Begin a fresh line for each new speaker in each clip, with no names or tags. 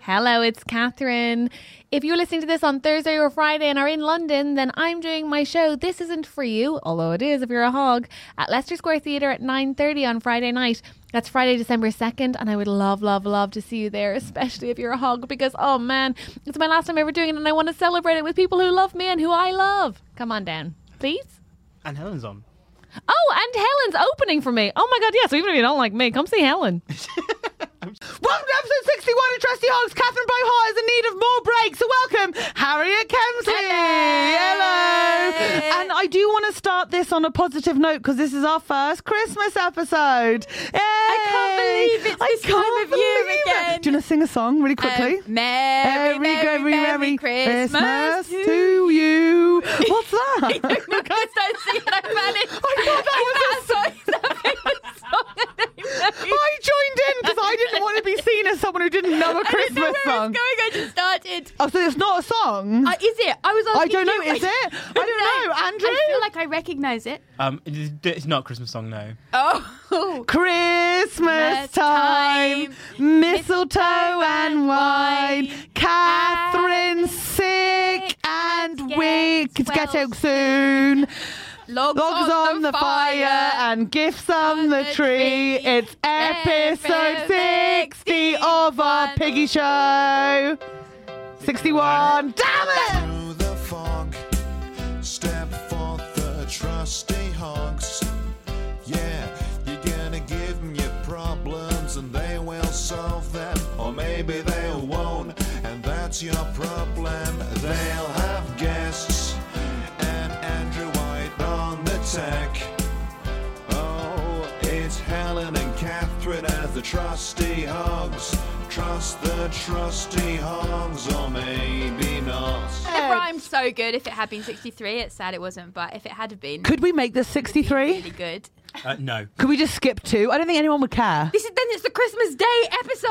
Hello, it's Catherine. If you're listening to this on Thursday or Friday and are in London, then I'm doing my show This Isn't For You, although it is if you're a hog, at Leicester Square Theatre at 9.30 on Friday night. That's Friday, December 2nd, and I would love, love, love to see you there, especially if you're a hog, because, oh man, it's my last time ever doing it, and I want to celebrate it with people who love me and who I love. Come on down, please.
And Helen's on.
Oh, and Helen's opening for me. Oh my God, yes, even if you don't like me, come see Helen.
Welcome to episode 61 of Trusty Hogs. Catherine Bohart is in need of more breaks, so welcome Harriet Kemsley. Hello. And I do want to start this on a positive note because this is our first Christmas episode.
I can't believe it's this time
can't
of year
believe it.
again.
Do you want to sing a song really quickly?
Um, Merry, Merry, Merry, Christmas,
Christmas to you. What's
I
that?
don't see it. I managed.
I thought that was a
I found sorry.
I joined in because I didn't want to be seen as someone who didn't know a
I didn't know
Christmas
where I was
song.
going. I just started.
Oh, so it's not a song.
Uh, is it? I was. Asking
I don't know.
you.
Is it? I don't know. Andrew?
I feel like I recognise it.
Um, it- it's not a Christmas song, no.
Oh.
Christmas time,
time,
mistletoe and wine.
wine,
Catherine's
Catherine's
sick and
gets
weak. It's get
well
out soon.
Logs,
Logs on the fire and gifts on the
the
tree.
tree.
It's episode
Episode
60 of our
one.
piggy show. 61. Damn it!
Through the fog, step forth the trusty hogs. Yeah, you're gonna give 'em your problems and they will solve them, or maybe they won't, and that's your problem. They'll have guests and Andrew White on the tech. Oh, it's Helen and Catherine as the trusty hogs. Trust the trusty hogs, or maybe not.
It rhymed so good. If it had been 63, it's sad it wasn't. But if it had been,
Could we make this
it'd be
63?
Really good.
Uh, no.
Could we just skip two? I don't think anyone would care.
This is then. It's the Christmas Day episode.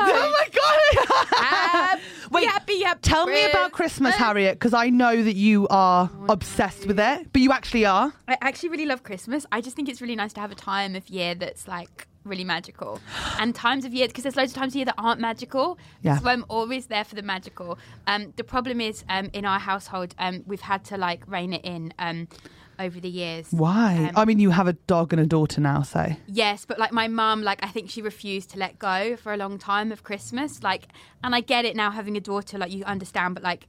Oh my god!
Happy,
Wait,
happy, happy
Tell me about Christmas,
Ah.
Harriet, because I know that you are obsessed with it, but you actually are.
I actually really love Christmas. I just think it's really nice to have a time of year that's like really magical, and times of year because there's loads of times of year that aren't magical.
Yeah.
So I'm always there for the magical. Um, the problem is um, in our household, um, we've had to like rein it in um, over the years.
Why?
Um,
I mean, you have a dog and a daughter now, so.
Yes, but like my mum, like I think she refused to let go for a long time of Christmas. Like, and I get it now, having a daughter, like you understand, but like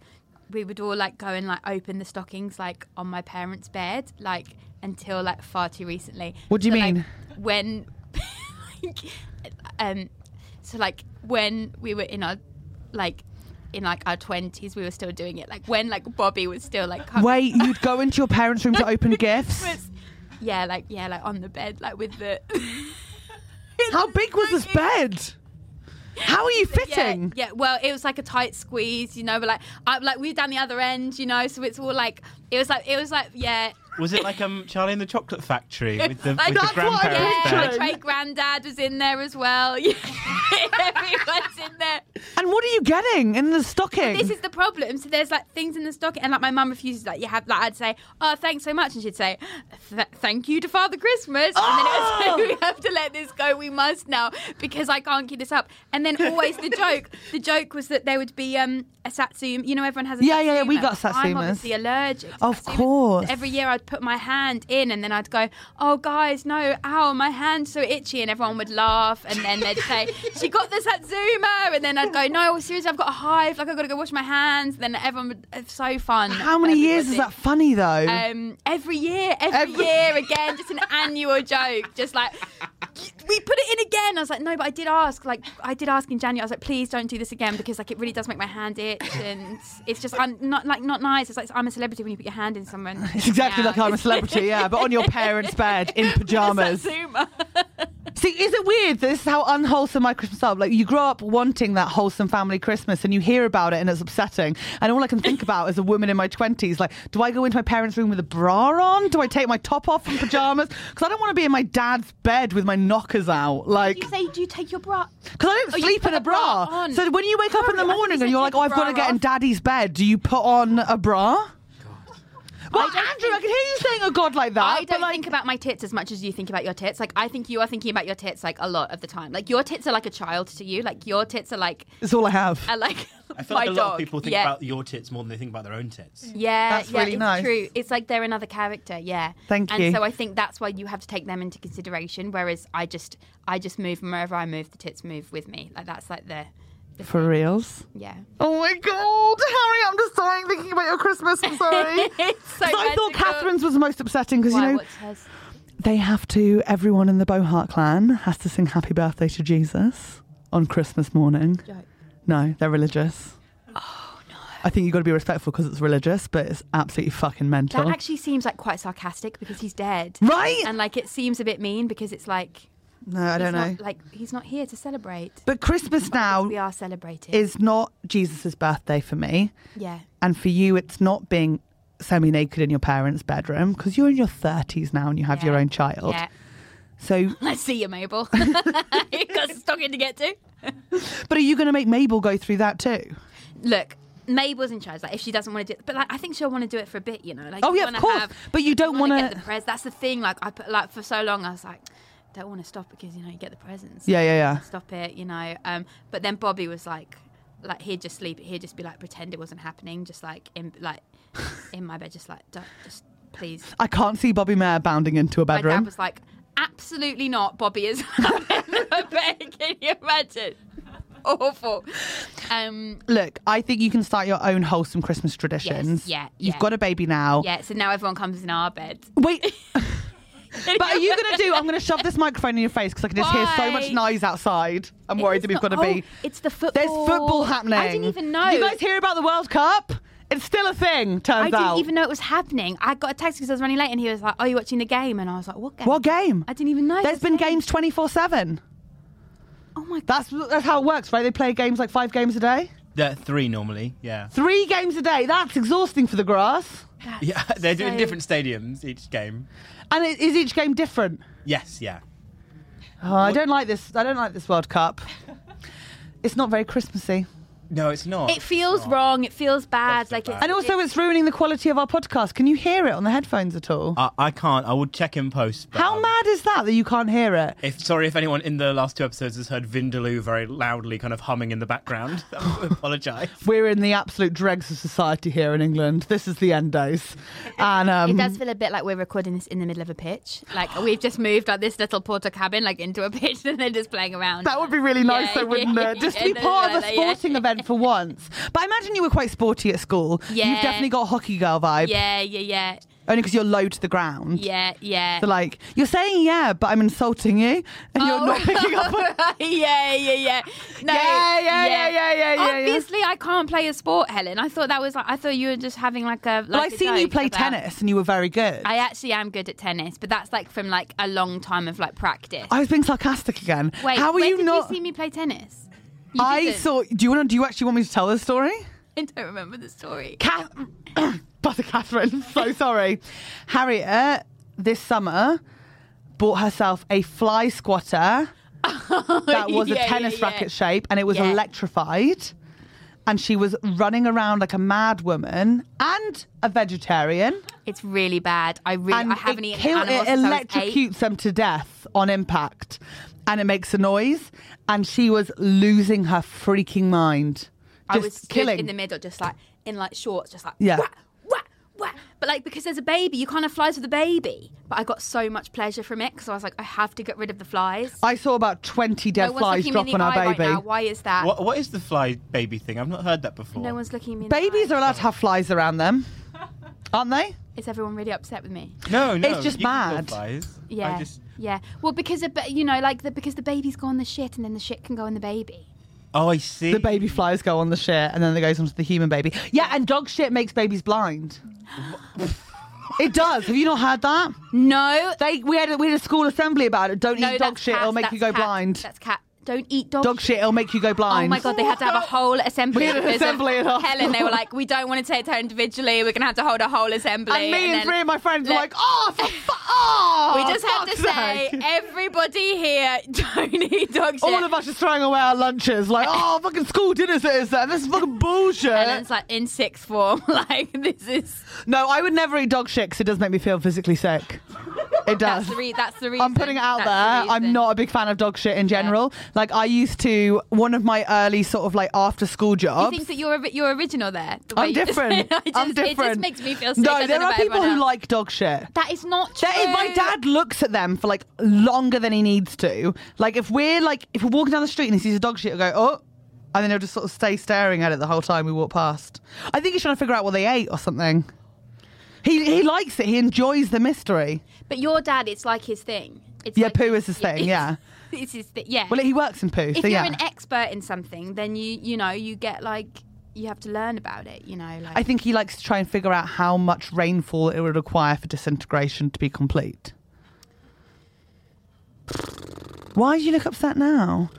we would all like go and like open the stockings like on my parents' bed, like until like far too recently.
What do you
So, like,
mean?
when, like, um, so like when we were in our like in like our twenties, we were still doing it. Like when like Bobby was still like coming
Wait, you'd go into your parents' room to open gifts?
was- yeah, like yeah, like on the bed, like with the.
How big was this bed? How are you fitting?
Yeah, yeah, well, it was like a tight squeeze, you know. But like, I, like we were down the other end, you know. So it's all like It was like it was like yeah.
Was it like um Charlie in the Chocolate Factory with the,
Like,
with the
that's
what I
grandparents
Yeah,
Very
my
there?
true.
great granddad was in there as well. Yeah. Everyone's in there.
And what are you getting in the stocking?
This is the problem. So there's like things in the stocking, and like my mum refuses. Like you have, like I'd say, "Oh, thanks so much," and she'd say, "Th- "Thank you to Father Christmas."
Oh!
And then it was, we have to let this go. We must now because I can't keep this up. And then always the joke. The joke was that there would be um a satsuma. You know, everyone has a
Yeah, yeah, yeah, we
satsuma.
got
I'm
satsumas.
obviously allergic. to
Of
satsumas.
course.
Every year I'd put my hand in, and then I'd go, "Oh, guys, no, ow, my hand's so itchy," and everyone would laugh, and then they'd say, "She got the satsuma," and then I'd go, "No, seriously, I've got a hive. Like I've got to go wash my hands." Then everyone would. It's so fun.
How many years is that
Everybody.
funny though?
Um, every year, every,
Every-
year again, just an annual joke. Just like we put it in again. I was like, no, but I did ask. Like I did ask in January. I was like, please don't do this again because like it really does make my hand itch and it's just un- not like not nice. It's like I'm a celebrity when you put your hand in someone.
it's exactly like I'm a celebrity, yeah, but on your parents' bed in pajamas.
Satsuma.
See, is it weird? that This is how unwholesome my Christmas are. Like, you grow up wanting that wholesome family Christmas, and you hear about it, and it's upsetting. And all I can think about as a woman in my twenties, like, do I go into my parents' room with a bra on? Do I take my top off and pajamas? Because I don't want to be in my dad's bed with my knockers out. Like,
you say, do you take your bra?
Because I don't
Oh, you
sleep
put
in a
a bra
bra.
on.
so when you wake up in
Sorry, I
the
thought
morning
you
and you're like,
said take
oh,
a
I've got to
bra
get in
off."
daddy's bed, do you put on a bra? Well,
don't
Andrew, I can
think-
hear you saying a god like that.
I don't
but like,
think about my tits as much as you think about your tits. Like I think you are thinking about your tits like a lot of the time. Like your tits are like a child to you. Like your tits are like
it's all I have.
are like
I feel
my
like a
dog.
lot of people think
yeah.
about your tits more than they think about their own tits.
Yeah,
That's
yeah,
really
it's
nice.
true. It's like they're another character. Yeah.
Thank
and
you.
so I think that's why you have to take them into consideration. Whereas I just, I just move, and wherever I move, the tits move with me. Like that's like the, the
For reals.
yeah.
Oh my god, Harry, I'm just dying thinking about your Christmas. I'm sorry. 'Cause
It's so.
I thought Catherine's was the most upsetting because, you
Why,
know,
what's hers?
they have to, everyone in the Bohart clan has to sing Happy Birthday to Jesus on Christmas morning.
Joke.
No, they're religious. Oh no. I think you've got to be respectful because it's religious, but it's absolutely fucking mental.
That actually seems like quite sarcastic because he's dead,
Right?
And like it seems a bit mean because it's like
no, I
he's
don't know.
not- like he's not here to celebrate.
but Christmas now
we are celebrating.
is not Jesus' birthday for me.
yeah.
And for you, it's not being semi naked in your parents' bedroom because you're in your 30s now and you have your
Yeah.
own child.
Yeah.
So,
Let's see you, Mabel. You've got a stocking to get to.
but are you going to make Mabel go through that too?
look, Mabel's in charge. Like, if she doesn't want to do it, but like, I think she'll want to do it for a bit, you know. Like,
Oh,
you
yeah, of
wanna
course.
have-
But you don't
wanna
wanna-
get the pres. That's the thing. Like, I put like for so long, I was like, don't want to stop because you know you get the presents.
Yeah, yeah, yeah.
Stop it, you know. Um, but then Bobby was like, like he'd just sleep. He'd just be like, pretend it wasn't happening, just like in like in my bed, just like, don't, just please.
I can't see Bobby Mayer bounding into a
My dad
bedroom.
was like, absolutely not. Bobby is in the bed. Can you imagine? Awful. Um,
Look, I think you can start your own wholesome Christmas traditions.
yeah,
You've
yeah.
got a baby now.
yeah. So now everyone comes in our bed.
Wait. but are you going to do? I'm going to shove this microphone in your face because I can just hear so much
Why?
noise outside. I'm worried that we've got to be.
Oh, It's the football.
There's football happening.
I didn't even know.
You guys hear about the World Cup? It's still a thing. Turns
I didn't
out.
even know it was happening. I got a text because I was running late, and he was like, "Are you watching the game?" And I was like, "What game?"
What game?
I didn't even know.
There's been games 24 seven.
Oh my god.
That's that's how it works, right? They play games like five games a day,
They're three normally. Yeah.
three games a day. That's exhausting for the grass.
Yeah, they're doing
so-
different stadiums each game.
And it, is each game different?
Yes, yeah.
Oh, I don't like this. I don't like this World Cup. it's not very Christmassy.
No, it's not.
It feels wrong. It feels bad.
That's so
like it's
bad.
And also, it's ruining the quality of our podcast. Can you hear it on the headphones at all?
I, I can't. I will check in post. But,
How
um,
mad is that that you can't hear it?
If sorry, if anyone in the last two episodes has heard Vindaloo very loudly, kind of humming in the background, I apologise.
We're in the absolute dregs of society here in England. This is the end days. And um,
It does feel a bit like we're recording this in the middle of a pitch. Like we've just moved like this little porta cabin like into a pitch, and they're just playing around.
that would be really nice,
Yeah,
though, wouldn't
yeah,
it? Just to
yeah,
be
no,
part
no,
of a
no, yeah.
sporting event for once. But I imagine you were quite sporty at school. You've
Yeah.
definitely got a hockey girl vibe,
yeah, yeah, yeah,
only because you're low to the ground.
yeah, yeah.
So, like, you're saying, yeah, but I'm insulting you, and you're not picking up on
Oh. yeah, yeah, yeah. No,
Yeah, yeah, yeah, yeah, yeah, yeah, yeah.
Obviously, I can't play a sport, Helen. I thought that was like I thought you were just having like a. Like
Well, I've
a
seen you
joke
play
about-
tennis, and you were very good.
I actually am good at tennis, but that's like from like a long time of like practice.
I was being sarcastic again.
Wait,
How are
when
you
did
not?
you see me play tennis? You
I
didn't.
saw. Do you want? to? Do you actually want me to tell the story?
I don't remember the story.
Kath- Butter Catherine. So sorry. Harriet, this summer, bought herself a fly squatter that was a
yeah,
tennis
yeah, yeah.
racket shape and it was
Yeah.
electrified. And she was running around like a mad woman and a vegetarian.
It's really bad. I really
and
I haven't
it
eaten
kill-
animals
it
since I was eight.
electrocutes them to death on impact and it makes a noise and she was losing her freaking mind
I
just
was stood
killing
in the middle, just like in like shorts, just like
Yeah.
yeah. Wah, wah, wah. But like because there's a baby, you kind of flies with a baby. But I got so much pleasure from it because I was like, I have to get rid of the flies.
i saw about 20 dead
no one's
flies
looking
drop
me in
on
the
our
eye
baby
right now. Why is that?
What, what is the fly baby thing? I've not heard that before.
No one's looking me in
babies
the eye.
are allowed to have flies around them aren't they
Is everyone really upset with me?
no, no.
It's just
you can kill
mad.
Flies.
Yeah.
I just,
Yeah. Well, because a ba- you know, like the, because the babies go on the shit, and then the shit can go on the baby.
oh, I see.
the baby flies go on the shit and then they goes onto the human baby yeah and dog shit makes babies blind it does have you not heard that
No.
they we had a, we had a school assembly about it don't
no,
eat dog
that's
shit
cat,
it'll make
that's
you go
cat,
blind
That's cat. Don't eat dog.
dog shit it'll make you go blind
Oh my god, they had to have a whole assembly.
We had an
because of
assembly at our
Helen, they were like, we don't want to take her individually. We're gonna have to hold a whole assembly.
And me and,
then
three of my friends were
let-
like, oh, for fu- oh
we just have to
fuck's
say,
sake."
everybody here don't eat dog shit.
all of us just throwing away our lunches, like, oh, fucking school dinners it is that. This is fucking bullshit.
Helen's like in sixth form, like this is
No, I would never eat dog shit because it does make me feel physically sick. It does.
that's the re- that's the reason.
I'm putting it out
That's the
there. I'm
reason.
not a big fan of dog shit in general. Like I used to, one of my early sort of like after school
You
jobs.
think that you're you're original there? the way
I'm
you just-
different.
I just-
I'm
It
different.
just makes me feel sick. I
No,
don't
there
know
are
about
people
everyone
who
else.
like dog shit.
That is not true.
That is, my dad looks at them for like longer than he needs to. Like if we're like if we're walking down the street and he sees a dog shit, he'll go oh, and then he'll just sort of stay staring at it the whole time we walk past. I think he's trying to figure out what they ate or something. He he likes it. He enjoys the mystery.
But your dad, it's like his thing. It's
Yeah,
like,
poo is his thing, yeah.
It's his thing. Yeah.
Well, he works in poo.
if
so
you're
yeah.
an expert in something, then you you know you get like you have to learn about it. You know, like
I think he likes to try and figure out how much rainfall it would require for disintegration to be complete. Why do you look upset now?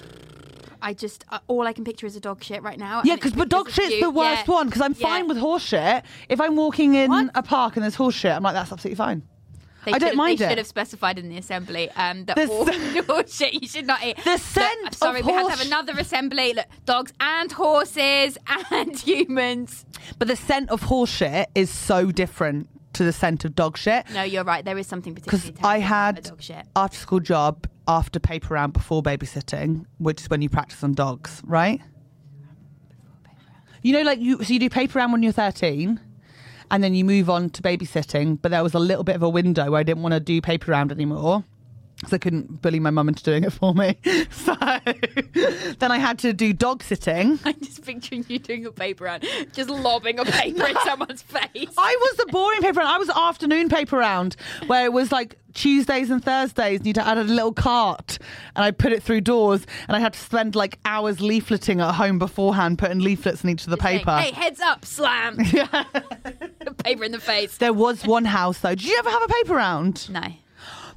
I just uh, all I can picture is a dog shit right now.
Yeah,
and
because
it's
but dog
of
shit's
you.
the worst
Yeah,
one because I'm
yeah.
fine with horse shit. If I'm walking in
What?
a park and there's horse shit, I'm like, that's absolutely fine.
They
I don't
should-
mind
They
it.
should have specified in the assembly um, that
The
all
s-
dog shit you should not eat.
The
Look,
scent
I'm
of
sorry, we had to
horse-
have another assembly. Look, dogs and horses and humans.
But the scent of horse shit is so different to the scent of dog shit.
No, you're right. There is something
Because
particularly.
I
terrible about
had
a dog shit.
after school job after paper round before babysitting, which is when you practice on dogs, right? You know, like you so you do paper round when you're 13, and then you move on to babysitting. But there was a little bit of a window where I didn't want to do paper round anymore. Because I couldn't bully my mum into doing it for me. So then I had to do dog sitting.
I'm just picturing you doing a paper round, just lobbing a paper in someone's face.
I was the boring paper round. I was the afternoon paper round where it was like Tuesdays and Thursdays, and you'd add a little cart, and I put it through doors, and I had to spend like hours leafleting at home beforehand, putting leaflets in each of the paper.
Hey, heads up, slam. paper in the face.
There was one house though. Did you ever have a paper round?
No.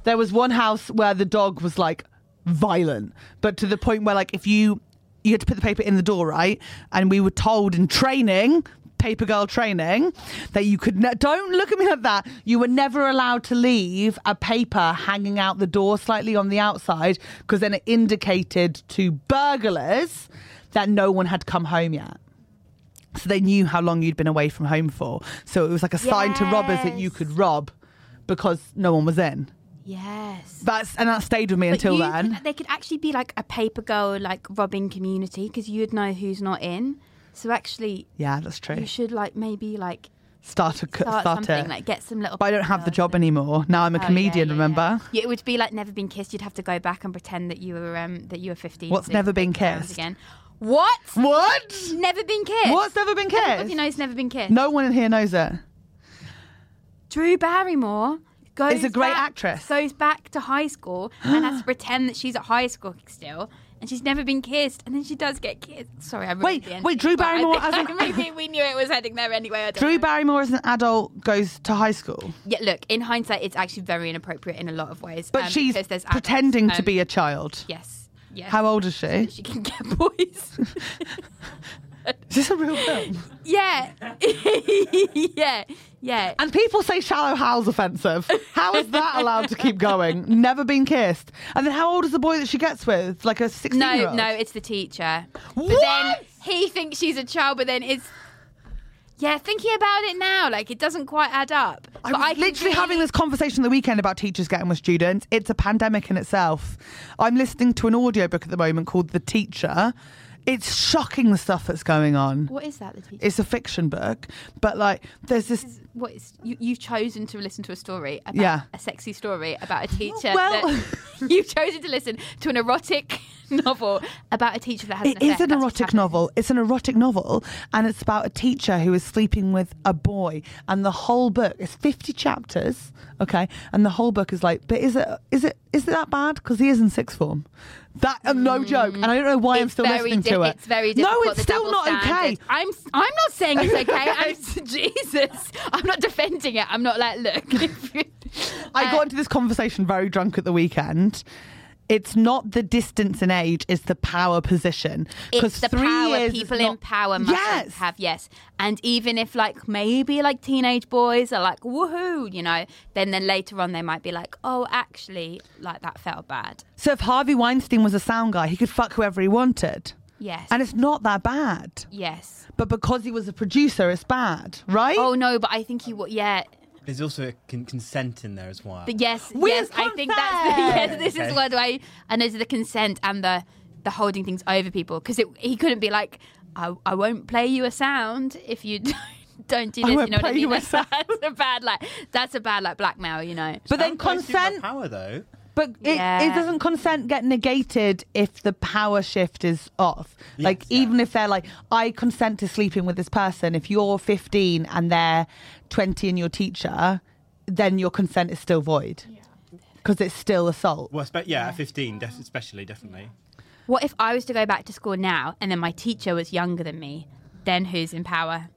There was one house where the dog was like violent, but to the point where like if you you had to put the paper in the door, right? And we were told in training, paper girl training, that you could ne- don't look at me like that. You were never allowed to leave a paper hanging out the door slightly on the outside because then it indicated to burglars that no one had come home yet. So they knew how long you'd been away from home for. So it was like a sign to robbers that you
Yes.
could rob because no one was in.
Yes.
That's and that stayed with me until
you
then.
could- they could actually be like a paper girl, like robbing community, because you'd know who's not in. So actually,
yeah, that's true.
you should like maybe like
Start a co-
start,
start
something,
it.
like get some little.
but I don't have the
paper girls.
job anymore. Now I'm a
Oh, yeah,
comedian.
yeah, yeah.
remember?
Yeah, it would be like never been kissed. You'd have to go back and pretend that you were um, that you were 15.
What's
so you
Never
could
Been
make rounds
Kissed?
again? What?
What?
Never been kissed.
What's never been
Everybody
kissed?
knows never been kissed.
No one in here knows it.
Drew Barrymore goes
Is a great
back-
actress.
Goes back to high school and has to pretend that she's at high school still, and she's never been kissed, and then she does get kissed. Sorry, I ruined
Wait,
the ending,
wait, Drew
but I
Barrymore
think-
as an-
I mean, we knew it was heading there anyway. I don't
Drew
know.
Barrymore as an adult goes to high school,
Yeah, look, in hindsight, it's actually very inappropriate in a lot of ways.
but
um,
she's
because there's adults,
pretending to
um,
be a child.
Yes. Yes.
How old is she?
She can get boys.
Is this a real film?
Yeah. yeah. Yeah.
And people say shallow how's offensive. How is that allowed to keep going? Never been kissed. And then how old is the boy that she gets with? Like a 16 year
No,
old?
no, it's the teacher. But
What?
then he thinks she's a child, but then it's. Yeah, thinking about it now, like it doesn't quite add up.
I
But
was
can
literally
really-
having this conversation the weekend about teachers getting with students. It's a pandemic in itself. I'm listening to an audiobook at the moment called The Teacher. It's shocking the stuff that's going on.
What is that? The teacher.
It's a fiction book, but like there's this
what is you, you've chosen to listen to a story about
Yeah.
a sexy story about a teacher
Well-
that you've chosen to listen to an erotic novel about a teacher that has
It
an
is
affair.
an
That's what's
erotic
happening.
novel. It's an erotic novel, and it's about a teacher who is sleeping with a boy. And the whole book is fifty chapters, okay? And the whole book is like, but is it is it is it that bad? Because he is in sixth form. That uh, no joke, and I don't know why I'm
Mm. It's
still
very
listening
di-
to it.
It's very
no,
difficult.
it's
the
still
double
not okay.
standard. I'm I'm not saying it's okay. I'm, Jesus, I'm not defending it. I'm not like look. if you-
I got
Uh,
into this conversation very drunk at the weekend. It's not the distance in age; it's the power position.
It's the
three
power
years is
people in
not-
power must
Yes.
have, yes. And even if like maybe like teenage boys are like woohoo, you know, then then later on they might be like, oh, actually, like that felt bad.
So if Harvey Weinstein was a sound guy, he could fuck whoever he wanted.
Yes.
And it's not that bad.
yes.
But because he was a producer, it's bad, right?
Oh no, but I think he would. Yeah,
There's also a con- consent in there as well.
but yes,
With
yes. I think that's the,
consent.
yes. This
Okay.
is what I and there's the consent and the the holding things over people because he couldn't be like, I, I won't play you a sound if you. Don't don't do
I
this,
won't
you know what I
play
mean?
you a
That's, that's a bad like that's a bad like blackmail, you know.
but then
Sounds like super
consent,
power though.
but it,
Yeah.
it doesn't consent get negated if the power shift is off. like
yeah.
even if they're like, I consent to sleeping with this person. If you're 15 and they're 20 and your teacher, then your consent is still void because it's still assault.
Well, spe- yeah, at 15, def- especially definitely.
What if I was to go back to school now and then my teacher was younger than me? Then who's in power?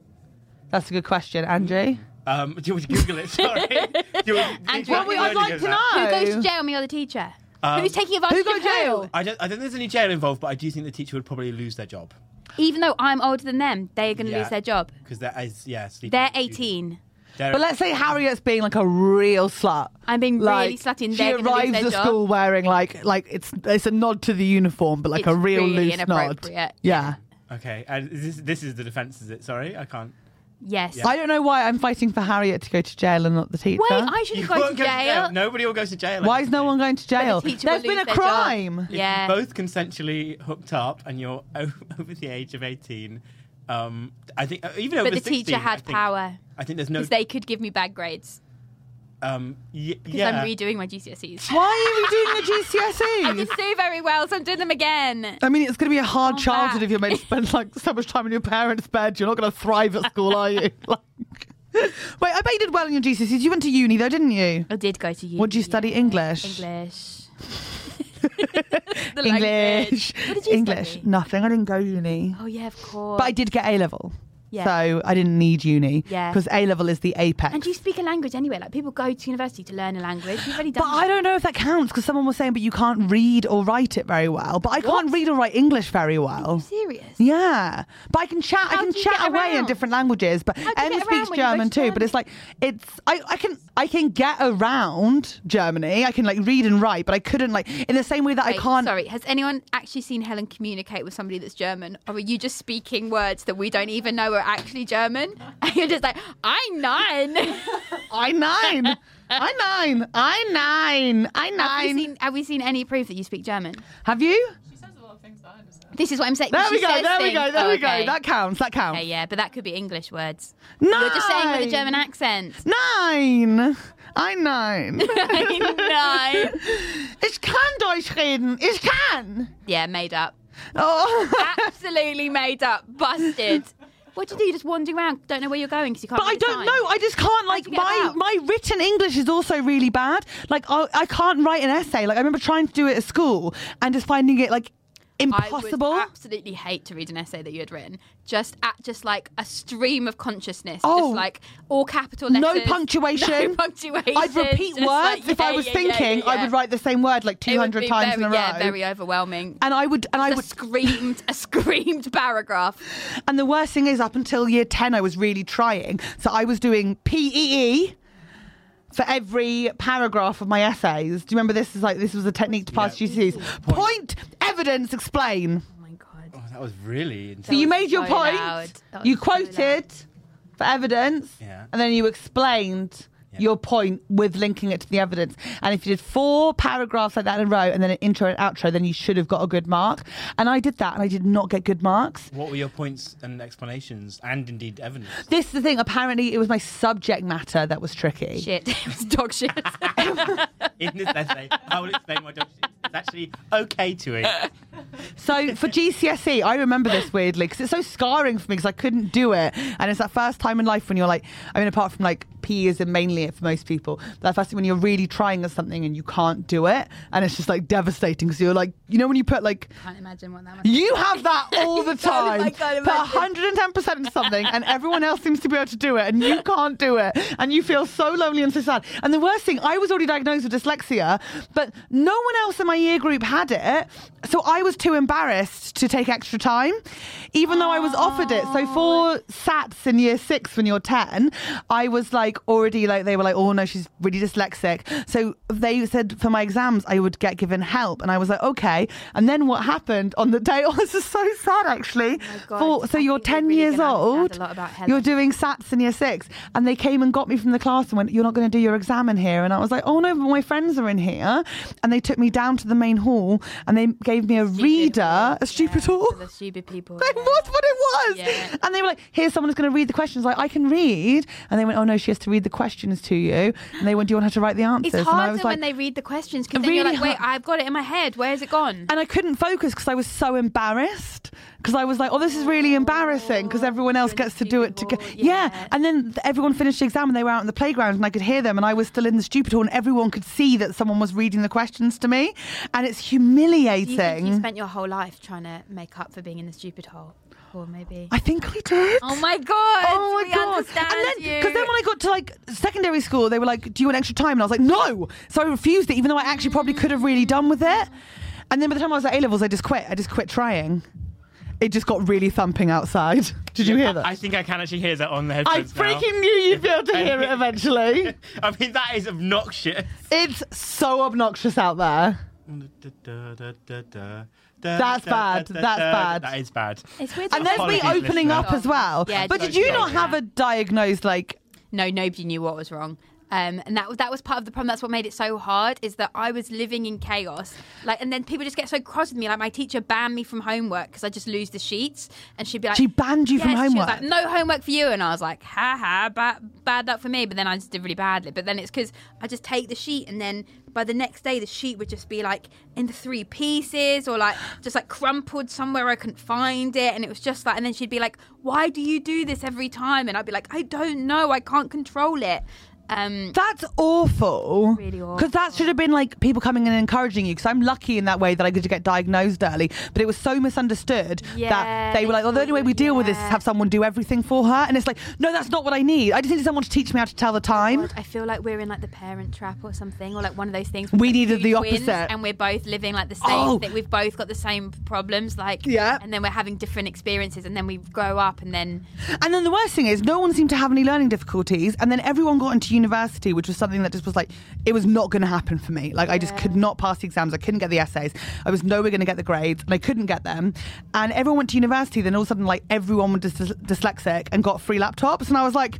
That's a good question,
Mm.
Andrew.
Um, do you want to Google it? Sorry. do you want,
Andrew,
do you want
Well,
me
I'd
to Um,
like
Google
to
that?
know.
Who
Oh.
goes to jail, me or the teacher? who's taking advantage
who go
of
to jail?
who?
I don't, I don't think there's any jail involved, but I do think the teacher would probably lose their job.
Even though I'm older than them, they are going to
Yeah.
lose their job.
Because that is, yeah, sleeping.
They're
with students.
18.
They're-
But let's say Harriet's being like a real slut.
I'm being
Like,
really slutty and
She
they're gonna lose
arrives
their
at
job.
school wearing like like it's it's a nod to the uniform, but like a
It's
real
really
loose nod.
inappropriate.
Yeah.
Okay, and this, this is the defence, is it? Sorry, I can't.
Yes.
I don't know why I'm fighting for Harriet to go to jail and not the teacher.
Wait, I should
You
have gone
won't
to
go
jail.
Nobody will go to jail. I
why
don't
is no
think.
one going to jail?
The teacher
There's
will
been a
lose their job.
crime.
Yeah.
Both consensually hooked up, and you're o- over the age of 18. Um, I think uh, even over
the
16,
teacher had
I think-
power.
I think there's no.
Because they could give me bad grades.
um, y-
Because
yeah.
I'm redoing my GCSEs.
Why are
I
we doing the GCSEs?
didn't do very well, so I'm doing them again.
E? I mean, it's going to be a hard
Come
childhood
back.
if you're made to spend like so much time in your parents' bed. You're not going to thrive at school, are you? Like, wait, I bet you did well in your GCSEs. You went to uni though, didn't you?
I did go to uni.
What did you study? English.
English. The
English.
language. uh, What did you
English.
study?
Nothing. I didn't go uni.
Oh yeah, of course.
But I did get A level.
Yeah.
So I didn't need uni.
Yeah.
Because A level is the apex.
And you speak a language anyway. Like people go to university to learn a language. You've already done.
but I
that.
don't know if that counts because someone was saying, but you can't read or write it very well. But I can't
What?
read or write English very well.
serious.
Yeah, but I can chat. I
How
can
do you
chat
get
away in
around?
different languages. But
How do you
Em
get
speaks
around when you go
German
to
too. But it's like it's I, I can I can get around Germany. I can like read and write, but I couldn't like in the same way that I
Wait,
can't.
Sorry, has anyone actually seen Helen communicate with somebody that's German, or are you just speaking words that we don't even know are actually German? And you're just like, I nine.
I nine. I nine. I nine. I
Have we
nine.
seen? Have we seen any proof that you speak German?
Have you?
This is what I'm saying.
There
She
we go.
says
There we
things-
go. There
Oh,
we go.
okay.
That counts. That counts.
Okay, yeah, but that could be English words.
Nine.
You're just saying with a German accent.
Nine. I nine.
I nine.
ich kann Deutsch reden. Ich kann.
Yeah, made up.
Oh.
absolutely made up, busted. What do you do? You just wander around, don't know where you're going because you can't.
But I
read the
don't
sign.
know. I just can't like
do you get
my
about?
my written English is also really bad. Like I, I can't write an essay. Like I remember trying to do it at school and just finding it like Impossible.
I would absolutely hate to read an essay that you had written. Just at just like a stream of consciousness.
Oh.
Just like all capital
No
letters.
punctuation.
No punctuation.
I'd repeat
Just
words
like,
if I
yeah,
was
yeah, yeah,
thinking.
yeah, yeah.
I would write the same word like
It would
200
be
times
very,
in a row.
Yeah, very overwhelming.
and I would, and I
a
would,
screamed a screamed paragraph.
and the worst thing is, up until year ten, I was really trying. So I was doing PEE for every paragraph of my essays. Do you remember this? Is like this was a technique to pass
Yeah.
GCSEs. E. Point. evidence, explain.
Oh my god.
That was really
So
intense.
That
you
was
made your
so
point.
loud. That was
You
so
quoted for evidence,
Yeah.
and then you explained your point with linking it to the evidence. And if you did four paragraphs like that in a row, and then an intro and outro, then you should have got a good mark. And I did that, and I did not get good marks.
What were your points and explanations, and indeed evidence?
This is the thing. Apparently, it was my subject matter that was tricky.
Shit. It was dog shit.
In this essay, I will explain why dog shit is actually okay to eat.
So for GCSE, E, I remember this weirdly because it's so scarring for me because I couldn't do it, and it's that first time in life when you're like, I mean, apart from like PE is mainly it for most people, but that first time when you're really trying at something and you can't do it, and it's just like devastating because you're like, you know, when you put like.
Can't imagine what that was.
You have that all the
I
time.
can't
Put
imagine.
110% into something, and everyone else seems to be able to do it, and you can't do it. And you feel so lonely and so sad. And the worst thing, I was already diagnosed with dyslexia, but no one else in my year group had it. So I was too embarrassed to take extra time, even though I was offered it. So for SATs in year six, when you're 10, I was like already like, they were like, oh no, she's really dyslexic. So they said for my exams, I would get given help. And I was like, okay. And then what happened on the day? Oh, this is so sad actually.
God.
For- so
I
you're
think we're
10
really
years
gonna understand
old.
a lot about Helen.
You're doing SATs in year six. And they came and got me from the class and went, You're not going to do your exam in here. And I was like, Oh no, but my friends are in here. And they took me down to the main hall and they gave me a reader, a stupid
yeah,
hall.
for The stupid people.
It
yeah.
was what it was.
Yeah.
And they were like, here's someone who's going to read the questions. Like, I can read. And they went, oh no, she has to read the questions to you. And they went, do you want her to write the answers?
It's
and I
harder
was
when they read the questions because you're
Really
like, wait,
hard.
I've got it in my head. Where's it gone?
and I couldn't focus because I was so embarrassed because I was like, oh, this is really embarrassing because everyone else
You're in
gets to do it
stupid
together.
hall,
Yeah.
yeah.
And then th- everyone finished the exam and they were out in the playground and I could hear them and I was still in the stupid hall and everyone could see that someone was reading the questions to me. And it's
Do you think you
humiliating.
spent your whole life trying to make up for being in the stupid hole, or maybe?
I think I did.
Oh my god!
Oh my
we
god!
Understand
and then,
you.
because then when I got to like secondary school, they were like, "Do you want extra time?" And I was like, "No!" So I refused it, even though I actually probably could have really done with it. And then by the time I was at A levels, I just quit. I just quit trying. It just got really thumping outside. Did you hear that?
I, I think I can actually hear that on the
I
headphones. now.
freaking knew you'd be able to hear it eventually.
I mean, that is obnoxious.
It's so obnoxious out there.
That's
bad, that's bad.
That is bad.
it's weird.
And there's me
Apologies,
opening
listener.
up as well.
Yeah,
but
don't
did you
go
not
there.
have a diagnosed like
no, nobody knew what was wrong. Um, and that that was part of the problem. That's what made it so hard. Is that I was living in chaos, like, and then people just get so cross with me. Like my teacher banned me from homework because I just lose the sheets, and she'd be like,
She banned you from
Yes, she was
homework?
like, no homework for you, and I was like, ha ha, bad, bad luck for me. But then I just did really badly. But then it's because I just take the sheet, and then by the next day, the sheet would just be like in three pieces, or like just like crumpled somewhere I couldn't find it, and it was just like. And then she'd be like, "Why do you do this every time?" And I'd be like, "I don't know. I can't control it." Um,
That's awful.
Really awful.
Because that should have been like people coming in and encouraging you. Because I'm lucky in that way that I could get diagnosed early, but it was so misunderstood
Yeah,
that they were like, "Oh, the only way we deal with this is
yeah.
have someone do everything for her," and it's like, "No, that's not what I need. I just need someone to teach me how to tell the time."
God, I feel like we're in like the parent trap or something, or like one of those things. where
We
like,
needed
two
the
twins
opposite.
and we're both living like the same.
Oh.
That we've both got the same problems, like
Yeah.
and then we're having different experiences, and then we grow up, and then
And then the worst thing is, no one seemed to have any learning difficulties. And then everyone got into university, which was something that just was like, it was not going to happen for me. Like, I just could not pass the exams. I couldn't get the essays. I was nowhere going to get the grades, and I couldn't get them. And everyone went to university. Then all of a sudden, like, everyone was dys- dyslexic and got free laptops. And I was like,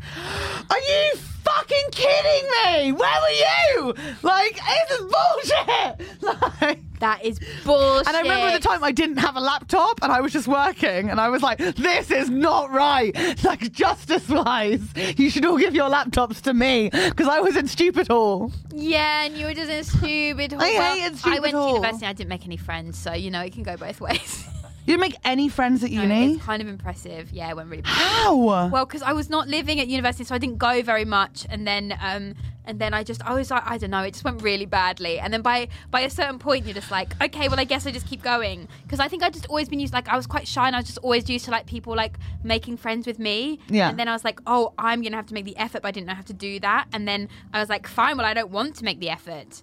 are you fucking kidding me? Where were you? Like, this is bullshit. Like,
that is bullshit.
and I remember at the time I didn't have a laptop and I was just working and I was like, this is not right. Like, justice wise, you should all give your laptops to me because I was in stupid hall.
yeah, and you were just in a stupid. Hall.
I
Well,
hated stupid
I went
hall.
to university. and I didn't make any friends, so you know it can go both ways.
You didn't make any friends at
No,
uni?
It's kind of impressive. Yeah, it went really bad.
How?
Well, because I was not living at university, so I didn't go very much, and then um, and then I just I was like I don't know, it just went really badly, and then by by a certain point you're just like okay, well I guess I just keep going because I think I just always been used like I was quite shy and I was just always used to like people like making friends with me,
Yeah.
and then I was like oh I'm gonna have to make the effort, but I didn't know how to do that, and then I was like fine, well I don't want to make the effort.